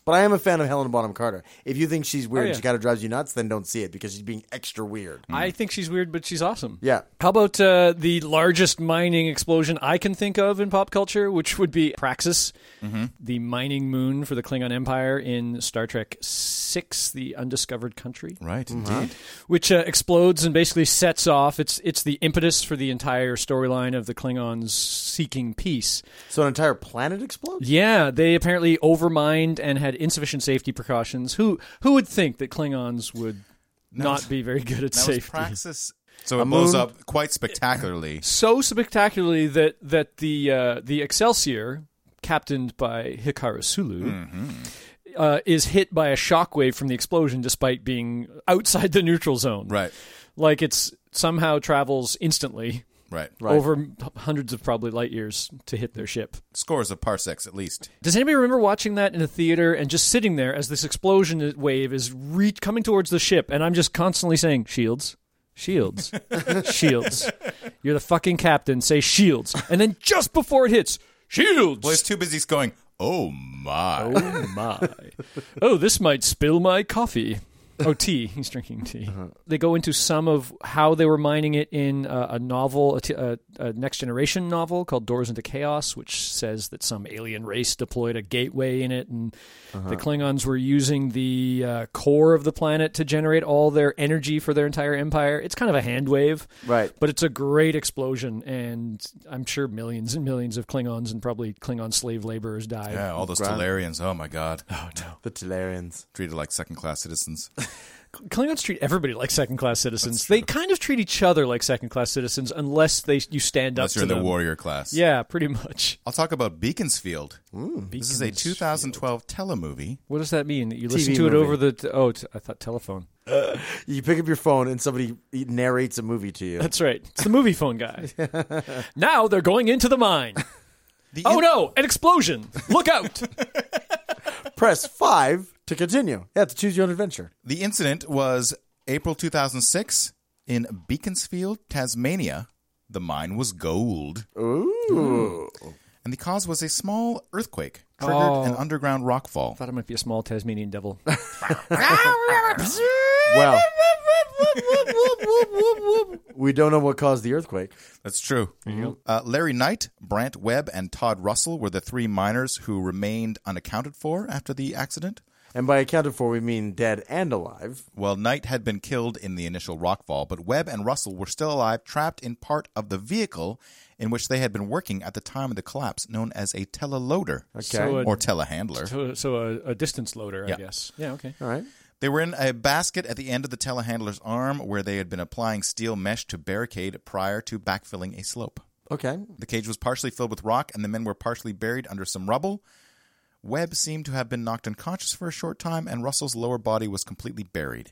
S4: But I am a fan of Helen Bonham Carter. If you think she's weird,
S1: yeah.
S4: and she kind of drives you nuts, then don't see it because she's being extra weird.
S1: I think she's weird, but she's awesome.
S4: Yeah.
S1: How about uh, the largest mining explosion I can think of in pop culture, which would be Praxis,
S4: Mm-hmm.
S1: the mining moon for the Klingon Empire in Star Trek Six: The Undiscovered Country,
S2: Right,
S4: Mm-hmm.
S2: indeed.
S1: which uh, explodes and basically sets off. It's it's the impetus for the entire storyline of the Klingons seeking peace.
S4: So an entire planet explodes.
S1: Yeah, they apparently overmined and had insufficient safety precautions. Who who would think that Klingons would not be very good at
S2: That was
S1: safety?
S2: Praxis. So it blows up quite spectacularly.
S1: so spectacularly that that the uh, the Excelsior, captained by Hikaru Sulu,
S2: Mm-hmm.
S1: uh, is hit by a shockwave from the explosion, despite being outside the neutral zone.
S2: Right,
S1: like it's somehow travels instantly
S2: right.
S4: Right.
S1: over m- hundreds of probably light years to hit their ship.
S2: Scores of parsecs at least.
S1: Does anybody remember watching that in a theater and just sitting there as this explosion wave is re- coming towards the ship, and I'm just constantly saying shields. Shields, shields. You're the fucking captain. Say shields, and then just before it hits, shields.
S2: Well, he's too busy going, oh my.
S1: Oh my! Oh, this might spill my coffee. Oh, tea. He's drinking tea. They go into some of how they were mining it in uh, a novel, a, t- a, a next generation novel called Doors into Chaos, which says that some alien race deployed a gateway in it, and the Klingons were using the uh, core of the planet to generate all their energy for their entire empire. It's kind of a hand wave,
S4: Right.
S1: but it's a great explosion, and I'm sure millions and millions of Klingons and probably Klingon slave laborers died.
S2: Yeah, all those
S4: Grand.
S2: Talarians. Oh my God. Oh no.
S4: The Talarians.
S2: Treated like second class citizens.
S1: Klingons treat everybody like second class citizens. They kind of treat each other like second class citizens unless they you stand up
S2: Unless
S1: to
S2: you're in the
S1: them.
S2: warrior class.
S1: Yeah, pretty much.
S2: I'll talk about Beaconsfield. This is a 2012 telemovie.
S1: What does that mean? That you listen
S4: TV
S1: to it
S4: movie.
S1: over the t- oh, t- I thought telephone.
S4: You pick up your phone and somebody narrates a movie to you.
S1: That's right. It's the movie phone guy. now they're going into the mine.
S2: The
S1: Oh
S2: in-
S1: no! An explosion! Look out!
S4: Press five to continue. Yeah, to choose your own adventure.
S2: The incident was April 2006 in Beaconsfield, Tasmania. The mine was gold.
S4: Ooh.
S2: And the cause was a small earthquake triggered an underground rockfall.
S1: thought it might be a small Tasmanian devil.
S4: Well. we don't know what caused the earthquake.
S2: That's true. Uh, Larry Knight, Brant Webb, and Todd Russell were the three miners who remained unaccounted for after the accident.
S4: And by accounted for, we mean dead and alive.
S2: Well, Knight had been killed in the initial rockfall, but Webb and Russell were still alive, trapped in part of the vehicle in which they had been working at the time of the collapse, known as a teleloader
S1: So a,
S2: or telehandler.
S1: so, so a, a distance loader,
S2: Yeah.
S1: I guess. Yeah. Okay.
S4: All right.
S2: They were in a basket at the end of the telehandler's arm where they had been applying steel mesh to barricade prior to backfilling a slope.
S4: Okay.
S2: The cage was partially filled with rock, and the men were partially buried under some rubble. Webb seemed to have been knocked unconscious for a short time, and Russell's lower body was completely buried.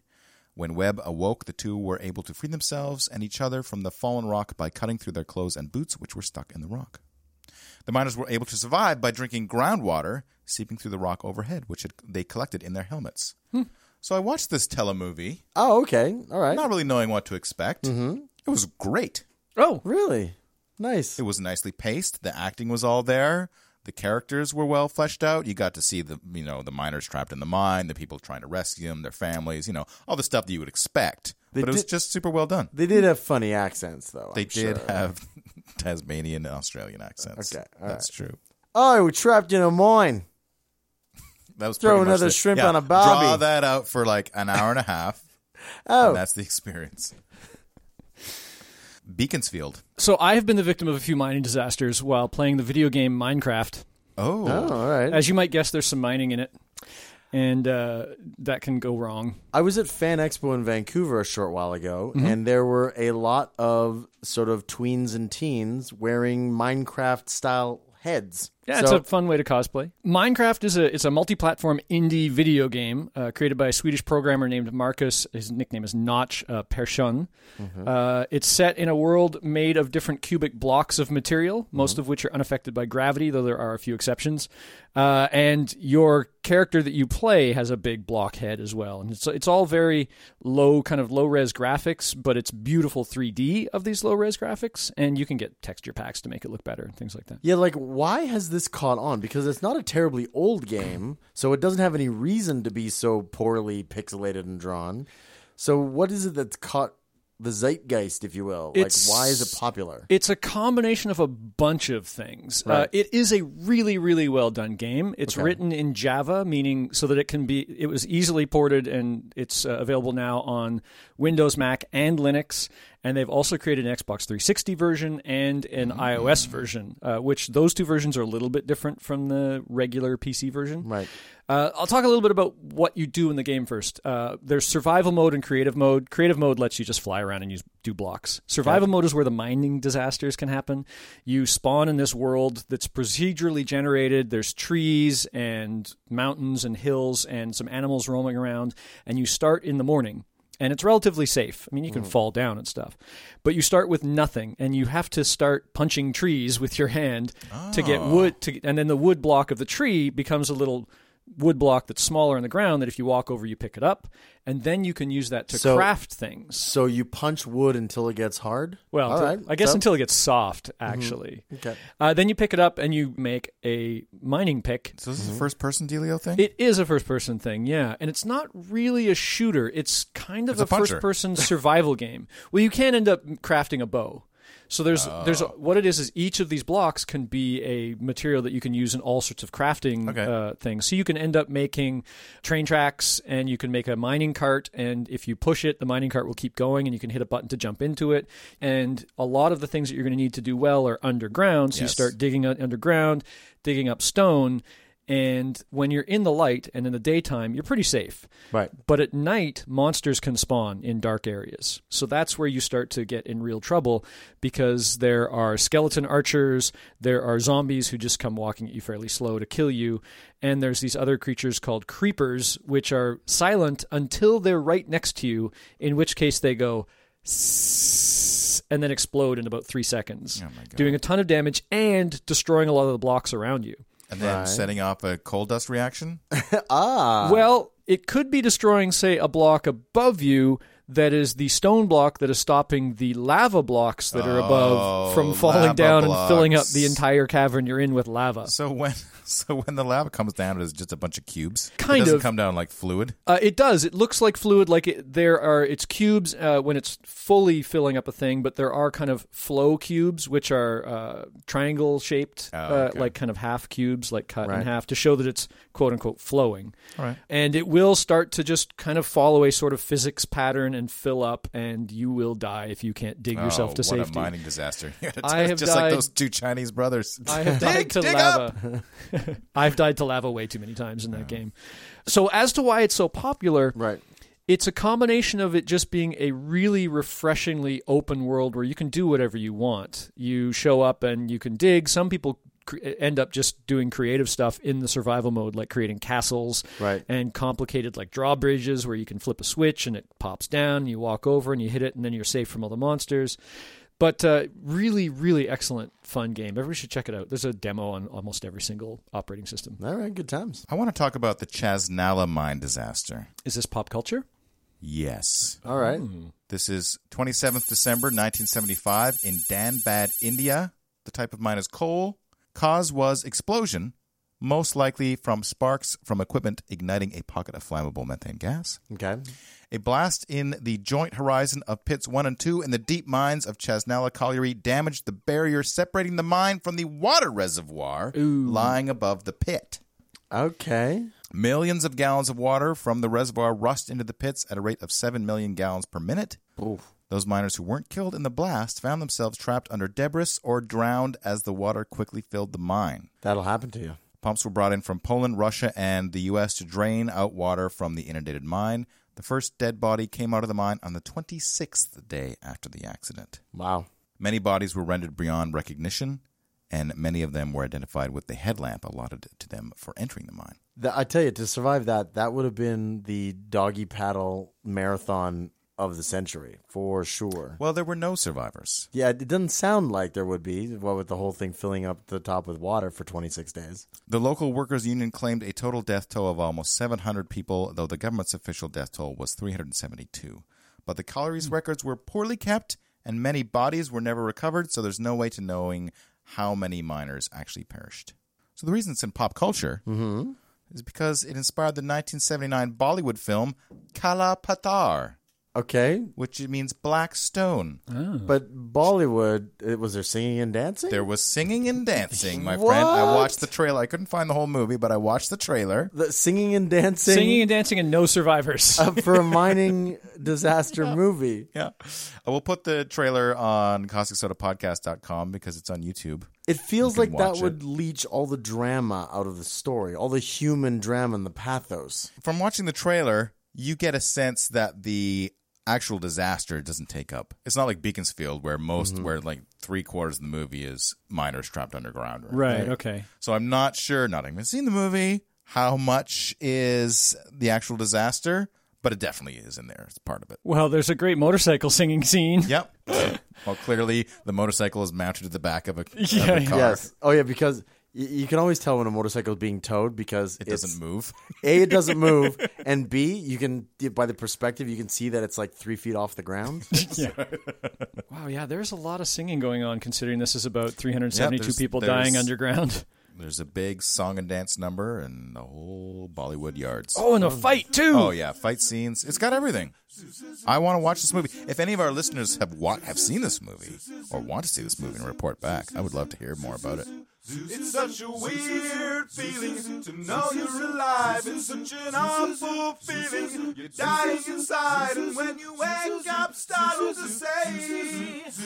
S2: When Webb awoke, the two were able to free themselves and each other from the fallen rock by cutting through their clothes and boots, which were stuck in the rock. The miners were able to survive by drinking groundwater seeping through the rock overhead, which had, they collected in their helmets. So I watched this telemovie,
S4: Oh, okay. All right.
S2: not really knowing what to expect. It was great.
S1: Oh,
S4: Really? Nice.
S2: It was nicely paced. The acting was all there. The characters were well fleshed out. You got to see the you know the miners trapped in the mine, the people trying to rescue them, their families, you know, all the stuff that you would expect.
S4: They
S2: but it was
S4: did-
S2: just super well done.
S4: They did have funny accents, though.
S2: They
S4: I'm
S2: did
S4: sure.
S2: have Tasmanian and Australian accents.
S4: Okay, all
S2: that's true.
S4: Oh, we're trapped in a mine.
S2: That was
S4: Throw
S2: pretty much
S4: another
S2: the-
S4: shrimp
S2: yeah,
S4: on a bobby.
S2: Draw that out for like an hour and a half, and
S4: Oh,
S2: that's the experience. Beaconsfield.
S1: so I have been the victim of a few mining disasters while playing the video game Minecraft.
S2: Oh,
S4: oh all right.
S1: As you might guess, there's some mining in it. and uh, that can go wrong.
S4: I was at Fan Expo in Vancouver a short while ago, and there were a lot of sort of tweens and teens wearing Minecraft style heads.
S1: Yeah,
S4: so,
S1: it's a fun way to cosplay. Minecraft is a it's a multi-platform indie video game uh, created by a Swedish programmer named Marcus. His nickname is Notch uh, Persson. Uh, it's set in a world made of different cubic blocks of material, most of which are unaffected by gravity, though there are a few exceptions. Uh, and your character that you play has a big block head as well, and it's it's all very low kind of low res graphics, but it's beautiful 3D of these low res graphics, and you can get texture packs to make it look better and things like that.
S4: yeah, like why has this caught on? Because it's not a terribly old game, so it doesn't have any reason to be so poorly pixelated and drawn. So what is it that's caught the zeitgeist, if you will?
S1: It's-
S4: like why is it popular?
S1: It's a combination of a bunch of things. Uh,
S4: Right.
S1: it is a really, really well done game. It's written in Java, meaning so that it can be. It was easily ported, and it's uh, available now on Windows, Mac, and Linux. And they've also created an Xbox 360 version and an
S4: Mm.
S1: iOS version, uh, which those two versions are a little bit different from the regular PC version.
S4: Right.
S1: Uh, I'll talk a little bit about what you do in the game first. Uh, there's survival mode and creative mode. Creative mode lets you just fly around and use do blocks. Survival mode is where the mining disasters can happen. You spawn in this world that's procedurally generated. There's trees and mountains and hills and some animals roaming around, and you start in the morning. And it's relatively safe. I mean, you can
S4: Mm-hmm.
S1: fall down and stuff. But you start with nothing, and you have to start punching trees with your hand to get
S4: Oh.
S1: wood. To, and then the wood block of the tree becomes a little wood block that's smaller in the ground that if you walk over you pick it up and then you can use that to
S4: So-
S1: craft things
S4: So you punch wood until it gets hard.
S1: well
S4: All
S1: th-
S4: right,
S1: i guess
S4: so- Mm-hmm.
S1: until it gets soft actually
S4: Okay.
S1: uh, then you pick it up and you make a mining pick
S2: So this is a
S4: Mm-hmm.
S2: first person Delio thing?
S1: it is a first person thing yeah and it's not really a shooter it's kind of
S2: It's a
S1: a,
S2: puncher.
S1: first person survival game well you can end up crafting a bow so there's
S2: Oh.
S1: there's what it is is each of these blocks can be a material that you can use in all sorts of crafting
S2: Okay.
S1: uh, uh, thing. So you can end up making train tracks and you can make a mining cart. And if you push it, the mining cart will keep going and you can hit a button to jump into it. And a lot of the things that you're going to need to do well are underground. So you
S2: Yes.
S1: start digging out underground, digging up stone. And when you're in the light and in the daytime, you're pretty safe.
S4: Right.
S1: But at night, monsters can spawn in dark areas. So that's where you start to get in real trouble because there are skeleton archers, there are zombies who just come walking at you fairly slow to kill you, and there's these other creatures called creepers, which are silent until they're right next to you, in which case they go "Sss," and then explode in about three seconds, doing a ton of damage and destroying a lot of the blocks around you.
S2: and then setting off a coal dust reaction?
S1: Well, it could be destroying, say, a block above you that is the stone block that is stopping the lava blocks that are above
S2: Oh,
S1: from falling
S2: lava
S1: down and filling up
S2: blocks.
S1: the entire cavern you're in with lava.
S2: So when so when the lava comes down, it's just a bunch of cubes.
S1: Kind
S2: it doesn't
S1: of.
S2: come down like fluid.
S1: Uh, it does. It looks like fluid. Like it, there are, it's cubes uh, when it's fully filling up a thing, but there are kind of flow cubes, which are uh, triangle
S2: Oh,
S1: shaped, uh, like kind of half cubes, like cut in half, to show that it's quote unquote flowing. Right. And it will start to just kind of follow a sort of physics pattern and fill up, and you will die if you can't dig yourself
S2: oh,
S1: to
S2: what
S1: safety.
S2: a mining disaster!
S1: I have
S2: just like
S1: died-
S2: those two Chinese brothers.
S1: I have died
S2: dig,
S1: to
S2: dig up.
S1: lava. I've died to lava way too many times in that game. So as to why it's so popular,
S4: Right.
S1: it's a combination of it just being a really refreshingly open world where you can do whatever you want. You show up and you can dig. Some people cr- end up just doing creative stuff in the survival mode, like creating castles
S4: Right.
S1: and complicated like drawbridges where you can flip a switch and it pops down. You walk over and you hit it, and then you're safe from all the monsters. But uh, really, really excellent, fun game. Everybody should check it out. There's a demo on almost every single operating system.
S4: All right. Good times.
S2: I want to talk about the Chasnala mine disaster.
S1: Is this pop culture?
S2: Yes,
S4: All right.
S1: Hmm.
S2: this is 27th December 1975 in Danbad, India. The type of mine is coal. Cause was explosion, most likely from sparks from equipment igniting a pocket of flammable methane gas.
S4: Okay.
S2: A blast in the joint horizon of pits 1 and 2 in the deep mines of Chasnala Colliery damaged the barrier separating the mine from the water reservoir lying above the pit.
S4: Okay.
S2: Millions of gallons of water from the reservoir rushed into the pits at a rate of 7 million gallons per minute. Those miners who weren't killed in the blast found themselves trapped under debris or drowned as the water quickly filled the mine.
S4: That'll happen to you.
S2: Pumps were brought in from Poland, Russia, and the U.S. to drain out water from the inundated mine. The first dead body came out of the mine on the 26th day after the accident.
S4: Wow.
S2: Many bodies were rendered beyond recognition, and many of them were identified with the headlamp allotted to them for entering the mine.
S4: Th- I tell you, to survive that, that would have been the doggy paddle marathon of the century for sure.
S2: Well, there were no survivors.
S4: Yeah, it doesn't sound like there would be. What with the whole thing filling up the top with water for 26 days.
S2: The local workers' union claimed a total death toll of almost 700 people, though the government's official death toll was 372. But the calories records were poorly kept, and many bodies were never recovered, so there's no way to knowing how many miners actually perished. So the reason it's in pop culture is because it inspired the 1979 Bollywood film Kala Patar,
S4: Okay,
S2: which means black stone.
S1: Hmm.
S4: but Bollywood, it was there singing and dancing.
S2: There was singing and dancing, my friend. I
S4: What?
S2: watched the trailer. I couldn't find the whole movie, but I watched the trailer.
S4: the singing and dancing
S1: Singing and dancing and no survivors.
S4: Uh, for a mining disaster movie.
S2: Yeah. I will put the trailer on causticsodapodcast.com because it's on YouTube.
S4: It feels
S2: You can
S4: like that
S2: watch
S4: would leech all the drama out of the story, all the human drama and the pathos.
S2: From watching the trailer, you get a sense that the actual disaster doesn't take up. It's not like Beaconsfield where most
S1: Mm-hmm.
S2: where like 3 quarters of the movie is miners trapped underground.
S1: right, okay.
S2: So I'm not sure, not having seen the movie, how much is the actual disaster, but it definitely is in there. It's part of it.
S1: Well, there's a great motorcycle singing scene.
S2: Yep. well, clearly the motorcycle is mounted to the back of a, of a
S1: Yeah,
S2: car.
S4: Yes. Oh yeah, because y- you can always tell when a motorcycle is being towed because
S2: It
S4: it's-
S2: doesn't move.
S4: A, it doesn't move, and B, you can by the perspective you can see that it's like three feet off the ground.
S1: Wow, yeah, there's a lot of singing going on considering this is about
S2: Yeah,
S1: 372
S2: there's-
S1: people
S2: there's-
S1: dying underground.
S2: There's a big song and dance number and the whole Bollywood yards.
S1: Oh, and a fight too.
S2: Oh, yeah, fight scenes. It's got everything. I want to watch this movie. If any of our listeners have wa- have seen this movie or want to see this movie and report back, I would love to hear more about it.
S6: It's such a weird feeling to know you're alive. It's such an awful feeling. You're dying inside, and when you wake up, startled to say,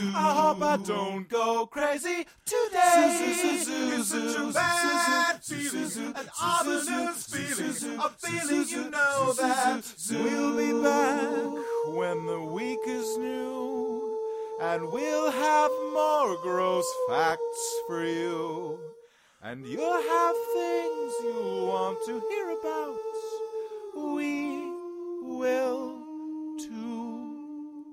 S6: I hope I don't go crazy today. It's such a bad feeling, an ominous feeling, a feeling you know that we'll be back when the week is new. And we'll have more gross facts for you. And you'll have things you'll want to hear about. We will too.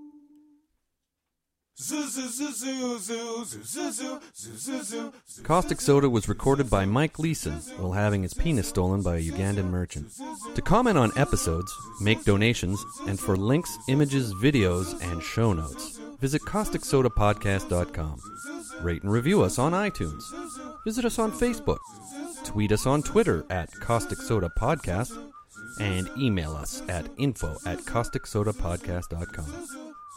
S6: Zoo, zoo, zoo, zoo, zoo, zoo, zoo, zoo, zoo, zoo, zoo, zoo.
S7: Caustic Soda was recorded by Mike Leeson while having his penis stolen by a Ugandan merchant. To comment on episodes, make donations, and for links, images, videos, and show notes, visit causticsodapodcast.com. Rate and review us on iTunes. Visit us on Facebook. Tweet us on Twitter at Caustic Soda Podcast. And email us at info at causticsodapodcast.com.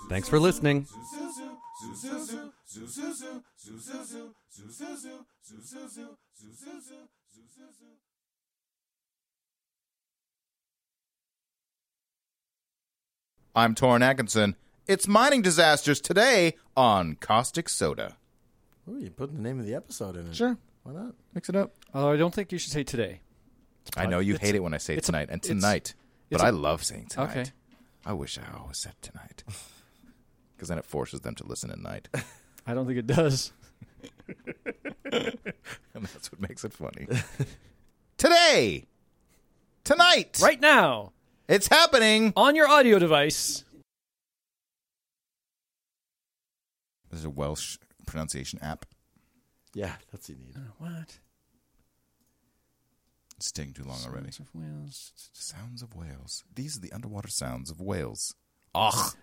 S7: Thanks for listening.
S2: I'm Torrin Atkinson. It's mining disasters today on Caustic Soda.
S4: Ooh, you put the name of the episode in it.
S2: Sure,
S4: Why not?
S2: mix it up.
S1: Although I don't think you should say today.
S2: I know you
S1: It's-
S2: hate it when I say
S1: it's a-
S2: tonight and
S1: it's-
S2: tonight, but
S1: it's a-
S2: I love saying tonight.
S1: Okay.
S2: I wish I always said tonight because then it forces them to listen at night,
S1: I don't think it does.
S2: and that's what makes it funny. Today, tonight,
S1: Right now,
S2: It's happening.
S1: on your audio device.
S2: There's a Welsh pronunciation app.
S4: Yeah, that's what you need.
S1: What?
S2: It's taking too long already.
S1: Prince of Wales.
S2: Sounds of Wales. These are the underwater sounds of Wales. Ach,